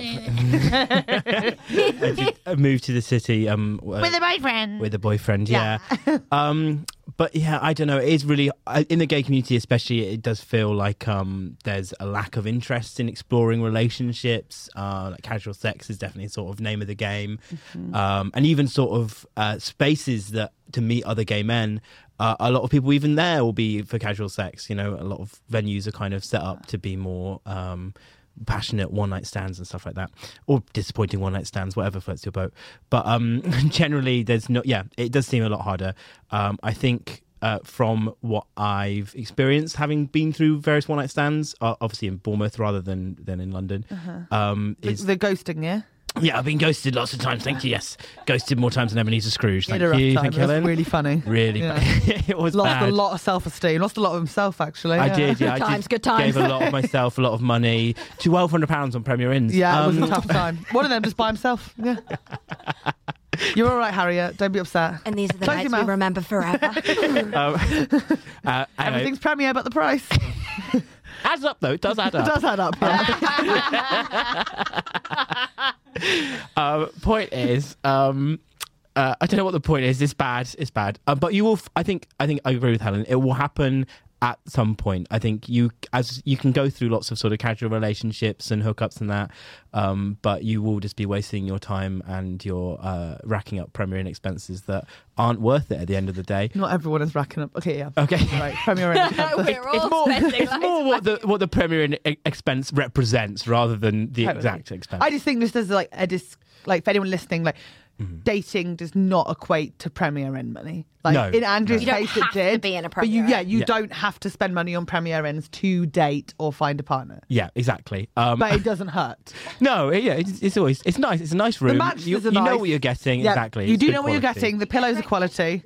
yeah yeah. I, did, I moved to the city um uh,
With a boyfriend.
with a boyfriend yeah, um but yeah i don't know it is really I- in the gay community especially it does feel like um there's a lack of interest in exploring relationships uh like casual sex is definitely sort of name of the game
Mm-hmm.
um and even sort of uh spaces that to meet other gay men uh, a lot of people even there will be for casual sex you know a lot of venues are kind of set up to be more um passionate one night stands and stuff like that, or disappointing one night stands, whatever floats your boat. But um, generally, there's no, yeah, it does seem a lot harder. Um, I think. Uh, from what I've experienced, having been through various one night stands, uh, obviously in Bournemouth rather than than in London, um, is
Uh-huh. The ghosting, yeah?
yeah, I've been ghosted lots of times. Thank you. Yes, ghosted more times than Ebenezer Scrooge. Thank
He had a rough
you.
time.
Thank you,
That's
Helen.
really funny.
really,
Yeah.
bad. it was
Lost
bad.
a lot of self esteem. Lost a lot of himself, actually.
I
yeah.
did. Yeah, I
times,
did
good times.
Gave a lot of myself, a lot of money. Twelve hundred pounds on Premier Inns.
Yeah, it was
Um,
a tough time. One of them just by himself. Yeah. You're all right, Harriet. Don't be upset.
and these are the
Close your
nights we
mouth.
remember forever.
Um, uh, anyway,
Everything's premier but the price. it
adds up though. It does add up.
does add up. yeah.
Um, point is, um, uh, I don't know what the point is. It's bad. It's bad. Um, but you will. F- I think. I think I agree with Helen. It will happen at some point. I think you as you can go through lots of sort of casual relationships and hookups and that, um, but you will just be wasting your time and your uh, racking up Premier Inn expenses that aren't worth it at the end of the day.
Not everyone is racking up. Okay, yeah.
Okay.
Right, premier in.
We're all
more,
spending
it's more what the what the Premier Inn e- expense represents rather than the exact expense.
I just think this is like a dis- like for anyone listening, like
Mm-hmm.
dating does not equate to Premier Inn money. Like
No,
in Andrew's
no.
don't
You
case,
have
it
to
did.
be in a
but you,
Premier
yeah,
Inn.
you
Yeah.
don't have to spend money on Premier Inns to date or find a partner.
yeah, exactly. Um,
But it doesn't hurt.
No, it- yeah, it's, it's always it's nice. It's a nice room.
The mattress
Um, you,
is a
you know
nice-
what you're getting
Yeah,
exactly.
You
It's
do
good
know what you're
quality.
getting. The pillows are quality.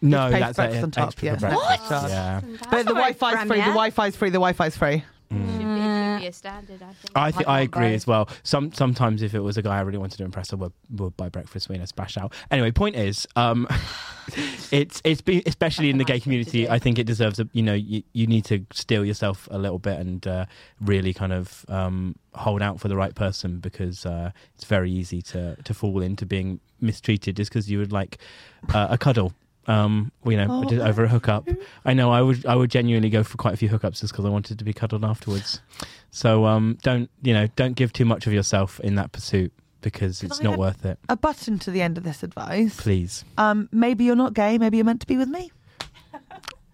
No,
Paid
that's
for breakfast
it.
on top,
Extra
yes,
for
no
breakfast.
extra.
Yeah.
But the
all right,
Wi-Fi's free. The
Premier.
Wi-Fi's free. The Wi-Fi's free.
should, be, should be a standard. I think.
I think I
can't
agree
buy-
as well. Some sometimes if it was a guy I really wanted to impress, I would, would buy breakfast when I splash out. Anyway, point is, um, it's it's been especially in the gay community. I think it deserves a you know you, you need to steel yourself a little bit and uh, really kind of um, hold out for the right person because uh, it's very easy to to fall into being mistreated just because you would like uh, a cuddle. Um, you know, just over a hookup. I know I would I would genuinely go for quite a few hookups just because I wanted to be cuddled afterwards. So um, don't you know? Don't give too much of yourself in that pursuit because it's
I
not
add-
worth it.
A button to the end of this advice.
Please,
Um, maybe you're not gay. Maybe you're meant to be with me.
uh,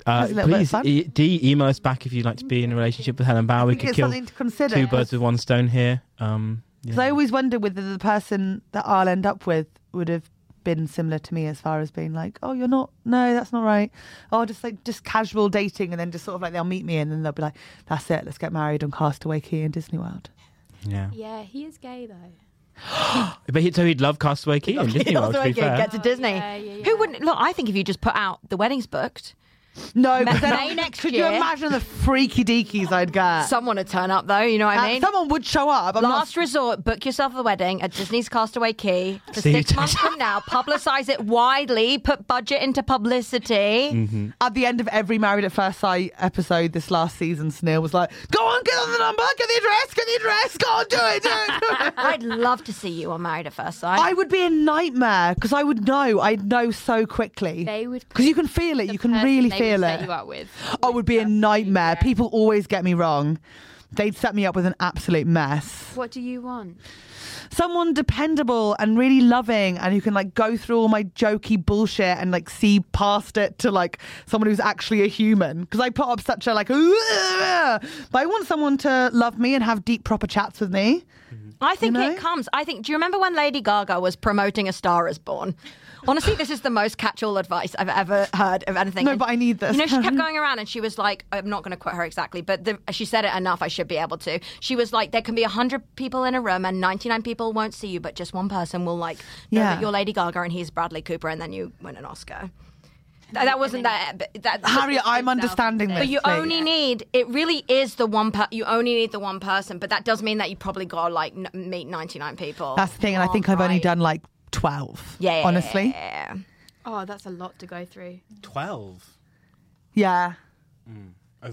a little bit of
please
fun.
e- do email us back if you'd like to be in a relationship with Helen Bauer.
I
We
think
could
it's
kill
something to consider.
two birds with one stone here. Um, yeah.
Because I always wonder whether the person that I'll end up with would have been similar to me as far as being like, oh, you're not, no, that's not right. Or just like just casual dating and then just sort of like they'll meet me and then they'll be like, that's it, let's get married on Castaway Key in Disney World.
yeah.
Yeah, he is gay though.
But he, so he'd love Castaway Key and Disney World. To be fair.
Get to Disney.
yeah, yeah,
Who wouldn't look? I think if you just put out the wedding's booked,
No,
May-
but then
May next
could
year.
you imagine the freaky deekies I'd get?
Someone would turn up though, you know what
Uh,
I mean?
someone would show up. I'm
Last
not,
resort, book yourself a wedding at Disney's Castaway Key for
See you
six months from now. Publicize it widely, put budget into publicity.
Mm-hmm.
at the end of every Married at First Sight episode this last season, Snail was like, "Go on, get on the number, get the address, get the address, go on, do it, do it."
I'd love to see you on Married at First Sight.
I would be a nightmare because I would know. I'd know so quickly.
They would
because you can feel it.
the
You can
person
really
they
feel
would
it. Oh.
Set you up with.
I would be a
absolutely
nightmare.
there.
People always get me wrong. They'd set me up with an absolute mess.
What do you want?
Someone dependable and really loving and who can like go through all my jokey bullshit and like see past it to like someone who's actually a human. Because I put up such a like, but I want someone to love me and have deep, proper chats with me.
I think
You know?
it comes. I think. Do you remember when Lady Gaga was promoting A Star Is Born? Honestly, this is the most catch-all advice I've ever heard of anything.
No,
And,
but I need this.
You know, she kept going around and she was like, "I'm not going to quote her exactly, but the, she said it enough. I should be able to." She was like, "There can be hundred people in a room, and ninety-nine people won't see you, but just one person will like know
Yeah.
that you're Lady Gaga and he's Bradley Cooper, and then you win an Oscar." That, that wasn't that. but that
Harriet, I'm understanding this.
but you
please.
only need it really is the one per- you only need the one person, but that does mean that you probably got to like n- meet 99 people.
That's the thing, and I think I've only
Alright.
done like 12.
Yeah.
Honestly.
Oh, that's a lot to go through.
Twelve.
Yeah.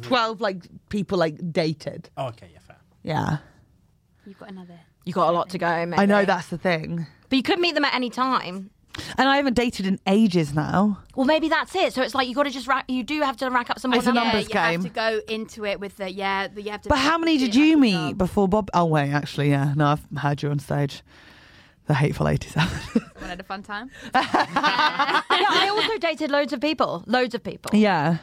12 like people like dated.
Oh, okay, yeah, fair.
Yeah.
You've got another.
You got a lot to go. Maybe.
I know that's the thing.
But you could meet them at any time.
And I haven't dated in ages now.
Well, maybe that's it. So it's like you got to just rack, you do have to rack up some more
It's a
numbers.
numbers
you
game.
have to go into it with the yeah. the- You have to.
But how many did
Yeah,
you
like a
meet
job.
before Bob? Oh, wait, actually, yeah. No, I've heard you on stage. The Hateful 87.
Someone had a fun time.
Yeah, I also dated loads of people. Loads of people.
yeah.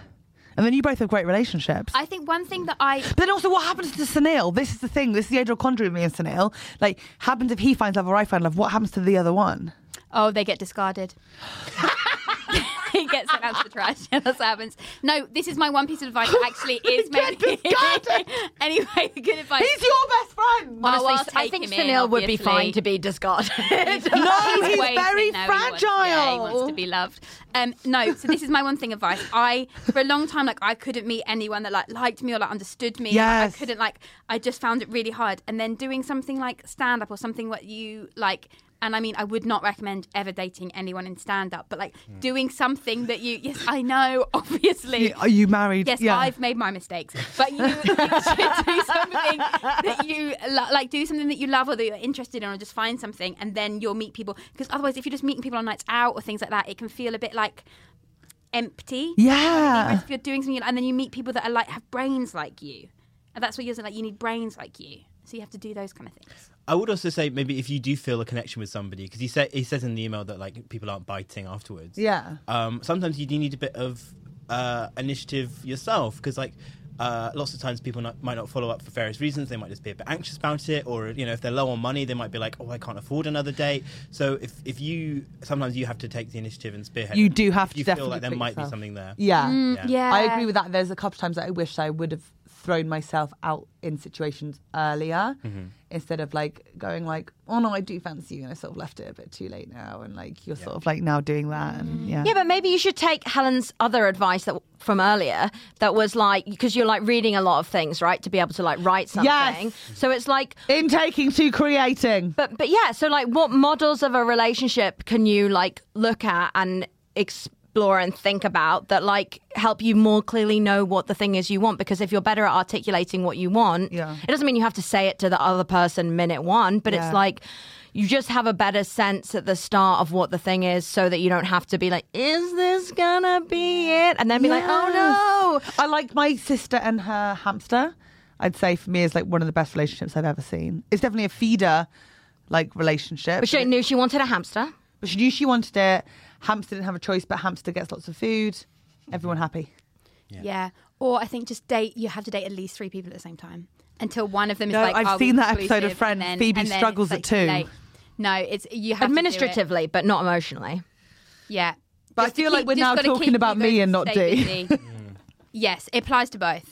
And then you both have great relationships.
I think one thing that I
but then also, what happens to Sunil? This is the thing. This is the adrochondry of me and Sunil. Like, happens if he finds love or I find love? What happens to the other one?
Oh, they get discarded. he gets sent out to the trash. Yeah, that's what happens. No, this is my one piece of advice. that Actually, is
Get
maybe
discarded.
anyway. Good advice.
He's your best friend.
Oh, I'll
Honestly, I
take
think
him in,
Sunil would be
obviously.
fine to be discarded.
No, he's
waiting.
very
No, he wants- yeah, he wants
fragile.
to be loved. Um, no, so this is my one thing advice. I for a long time like I couldn't meet anyone that like liked me or like understood me. Like,
Yes.
I couldn't like I just found it really hard. And then doing something like stand up or something what you like. And I mean, I would not recommend ever dating anyone in stand up, but like doing something that you, yes, I know, obviously.
Are Hmm. you married?
Yes,
yeah.
I've made my mistakes, but you, you should do something that you lo- like. Do something that you love or that you're interested in, or just find something, and then you'll meet people. Because otherwise, if you're just meeting people on nights out or things like that, it can feel a bit like empty.
Yeah.
Whereas if you're doing something, and then you meet people that are like have brains like you, and that's what you're saying, like. You need brains like you, so you have to do those kind of things.
I would also say maybe if you do feel a connection with somebody, because he said he says in the email that like people aren't biting afterwards.
Yeah.
Um, sometimes you do need a bit of uh, initiative yourself, because like. Uh, lots of times people not, might not follow up for various reasons. They might just be a bit anxious about it, or you know, if they're low on money, they might be like, "Oh, I can't afford another date." So if if you sometimes you have to take the initiative and spearhead.
You
it.
do have
If
to
You feel
definitely
like there
put
might be
yourself-
something there.
Yeah.
Mm,
Yeah.
Yeah,
I agree with that. There's a couple times that I wish I would have thrown myself out in situations earlier instead of like going like, oh no, I do fancy you, and I sort of left it a bit too late now, and like you're sort of like now doing that, and yeah,
Mm. Yeah, but maybe you should take Helen's other advice that from earlier that was like because you're like reading a lot of things, right, to be able to like write something. So it's like
in taking to creating.
But but yeah, so like what models of a relationship can you like look at and explore and think about that like help you more clearly know what the thing is you want because if you're better at articulating what you want,
Yeah.
it doesn't mean you have to say it to the other person minute 1, but
Yeah.
it's like you just have a better sense at the start of what the thing is so that you don't have to be like is this gonna be it and then be like oh no
I like my sister and her hamster. I'd say for me is like one of the best relationships I've ever seen. It's definitely a feeder like relationship.
but she knew she wanted a hamster
But she knew she wanted it. Hamster didn't have a choice, but hamster gets lots of food. Everyone happy.
yeah. Or I think just date. You have to date at least three people at the same time until one of them is
No,
like.
I've
are we
seen that episode of
exclusive? And
Friends.
then-
Phoebe
and then it's,
struggles at
like, too
two.
late. No, it's you have to do it.
administratively but not emotionally
Yeah.
But I
Just to
feel like
keep-
we're
just
now
gotta
talking
keep
about
you
me
going
and
to
not
stay
D.
busy. yes, it applies to both.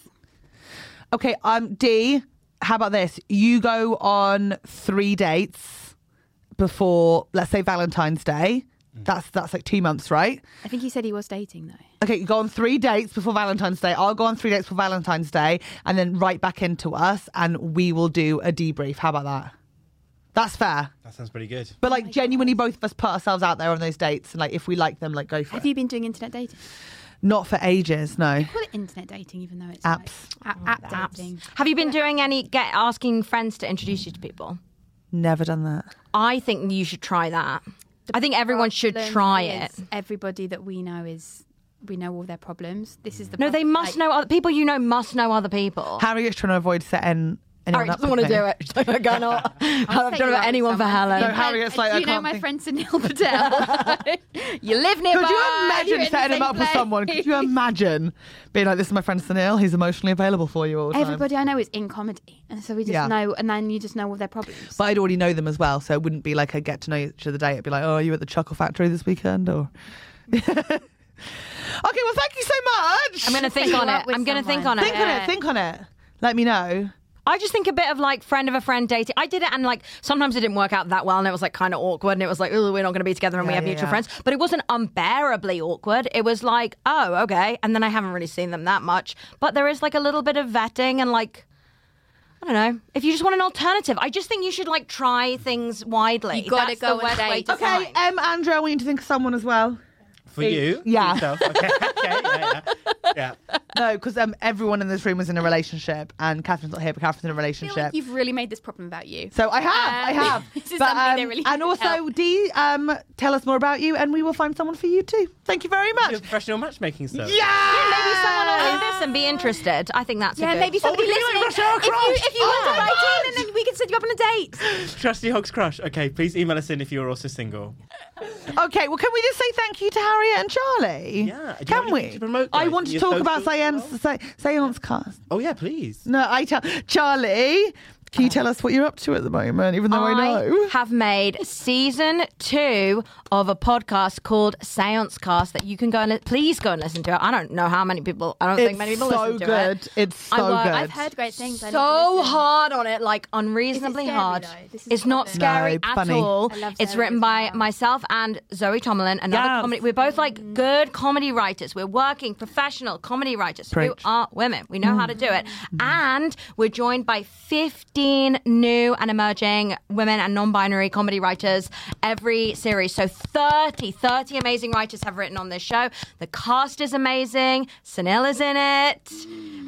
Okay, um, D, how about this? You go on three dates before, let's say Valentine's Day, That's that's like two months, right?
I think he said he was dating though.
Okay, you go on three dates before Valentine's Day. I'll go on three dates before Valentine's Day, and then right back into us, and we will do a debrief. How about that? That's fair.
That sounds pretty good.
But like genuinely, both of us put ourselves out there on those dates, and like if we like them, like go for
Have
it.
you been doing internet dating?
Not for ages, no.
Call it internet dating, even though it's
Apps.
Like, Oh, a- app dating.
Have you been doing any get asking friends to introduce you to people?
Never done that.
I think you should try that. I think everyone should
Problem
try it.
is Everybody that we know is we know all their problems. This is the
No, they
problem,
must
like-
know other people. You know, must know other people.
Harriet's trying to avoid setting anyone
Harry
up.
doesn't
with
want
me.
to do it. She's like, I cannot. I don't know about anyone for Helen.
No, Harriet's like,
do
I
you know
can't
my
think-
friend Sunil Patel? you live nearby.
Could you
you're
imagine
in the
setting him
same
up with
place.
someone? Could you imagine being like, "This is my friend Sunil. He's emotionally available for you all the time."
Everybody I know is in comedy, and so we just
Yeah.
know, and then you just know all their problems.
But I'd already know them as well, so it wouldn't be like a get to know each other day. It'd be like, "Oh, are you at the Chuckle Factory this weekend?" Or okay, well, thank you so much.
I'm going to think
you
on it.
up with
I'm going to think
someone.
on it.
think on it. Think on it. Let me know.
I just think a bit of like friend of a friend dating. I did it and like sometimes it didn't work out that well and it was like kind of awkward and it was like, oh, we're not going to be together and we
Yeah,
have
yeah,
mutual
yeah.
friends. But it wasn't unbearably awkward. It was like, oh, okay. And then I haven't really seen them that much. But there is like a little bit of vetting and like, I don't know. If you just want an alternative, I just think you should like try things widely.
You gotta
That's
go
the best
on
way
dates.
to
Okay,
find.
Hey, um, Andrew, I want you to think of someone as well.
For you?
Yeah.
Yourself? Okay. okay. Yeah, yeah. yeah.
No, because um, everyone in this room is in a relationship, and Catherine's not here, but Catherine's in a
I feel
relationship.
like you've really made this problem about you.
so I have, I
Um,
have.
this is something they really
and
need
also,
help.
Dee, um, tell us more about you, and we will find someone for you too. Thank you very much.
Your professional matchmaking stuff.
Yeah.
Maybe someone will hear this and be interested. I think that's a
yeah,
good-
maybe somebody
Oh,
we can do it,
listening.
Rush Hour
if you,
Crush.
if you want to write in, and then we can set you up on a date.
Trusty Hogs Crush. Okay, please email us in if you're also single.
Okay, well, can we just say thank you to Harriet and Charlie?
Yeah. Do you
Can
want
we?
to promote,
I
like,
want to
your
talk about
socials
Seance,
as
Se- Seance Cast.
Oh, yeah, please.
No, I tell Charlie.
Oh.
Can you tell us what you're up to at the moment? Even though I, know.
have made season two of a podcast called Seance Cast that you can go and li- please go and listen to it. I don't know how many people. I don't
It's
think many people
so
listen to
good.
it.
It's so
I work-
good.
I've
heard great things. I love to
so
listen.
hard on it, like unreasonably
scary,
hard.
though? This is
It's not
something-
scary
No,
at
funny.
all.
I love
It's
Zoe
written
as
by
well.
myself and Zoe Tomlin, another
Yes.
comedy. We're both like good comedy writers. We're working professional comedy writers who
Preach.
are women. We know how to do it. And we're joined by 15 new and emerging women and non binary comedy writers every series. So 30, 30 amazing writers have written on this show. The cast is amazing. Sunil is in it.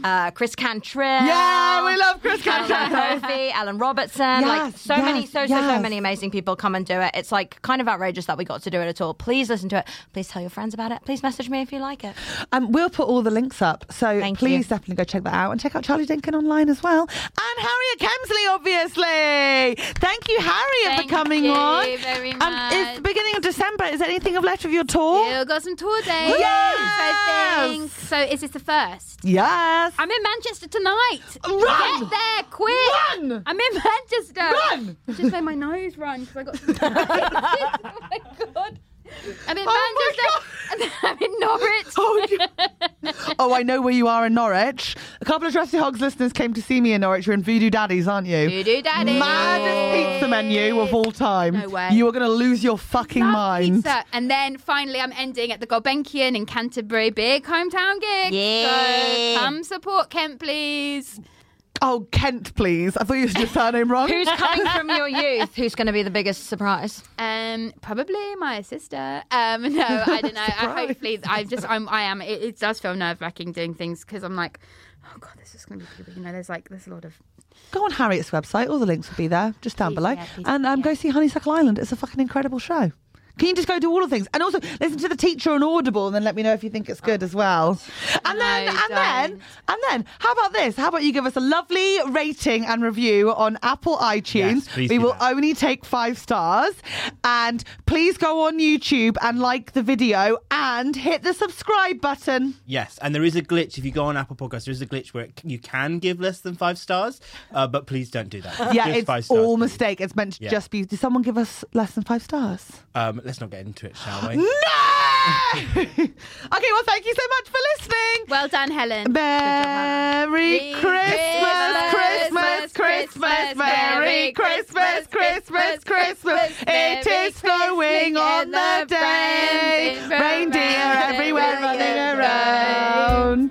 Uh, Chris Cantrell.
Yeah, we love Chris
Caroline
Cantrell.
Murphy, Ellen Robertson, like
Yes,
so many,
yes,
so so so
yes.
many amazing people come and do it. It's like kind of outrageous that we got to do it at all. Please listen to it. Please tell your friends about it. Please message me if you like it.
Um, we'll put all the links up, so
Thank
please
you.
definitely go check that out and check out Charlie Dinkin online as well, and Harriet Kemsley, obviously. Thank you, Harriet, for
Thank
coming
you
on.
very
Um, it's the
much.
beginning of December. Is there anything left of your tour?
Still got some tour dates.
Yes!
So, thanks. so is this the first?
Yes.
I'm in Manchester tonight.
Run!
Get there quick!
Run!
I'm in Manchester.
Run!
I just made my nose run because I got. oh my god! I'm in
Oh my
Manchester. and I'm in Norwich.
Oh, you- oh, I know where you are in Norwich. A couple of Dressy Hogs listeners came to see me in Norwich. You're in Voodoo Daddies, aren't you?
Voodoo Daddies.
Maddest pizza menu of all time.
No way.
You are going to lose your fucking
Love
mind.
pizza. And then finally, I'm ending at the Gulbenkian in Canterbury, big hometown gig.
Yeah.
So come support Kent, please.
Oh, Kent, please. I thought you said your surname wrong.
Who's coming from your youth? Who's going to be the biggest surprise?
Um, probably my sister. Um, no, I don't know. I, hopefully, I've just, I'm, I am. It, it does feel nerve wracking doing things because I'm like, oh god, this is going to be people. You know, there's like, there's a lot of.
Go on Harriet's website. All the links will be there, just down
Please,
below.
yeah, please,
and um, go see Honeysuckle Island. It's a fucking incredible show. Can you just go do all the things? And also listen to the teacher on Audible and then let me know if you think it's good as well. And then
Oh, No,
and then
don't.
and then how about this? How about you give us a lovely rating and review on Apple iTunes?
Yes, please
we
do
will
that.
only take five stars. And please go on YouTube and like the video and hit the subscribe button.
Yes, and there is a glitch. If you go on Apple Podcasts, there is a glitch where it, you can give less than five stars, uh, but please don't do that.
Yeah,
Just
it's
five stars,
all
please.
mistake. It's meant to
Yeah.
just be did someone give us less than five stars?
Um, let's not get into it, shall we?
No! Okay, well, thank you so much for listening.
Well done, Helen.
Merry
Merry
Christmas, Christmas,
Christmas,
Christmas,
Christmas,
Merry
Merry
Christmas, Christmas,
Christmas,
Christmas.
Christmas,
It
Merry
is snowing
Christmas
on
in
the
the
day.
friends, in
Reindeer
friends,
everywhere running
everywhere
around.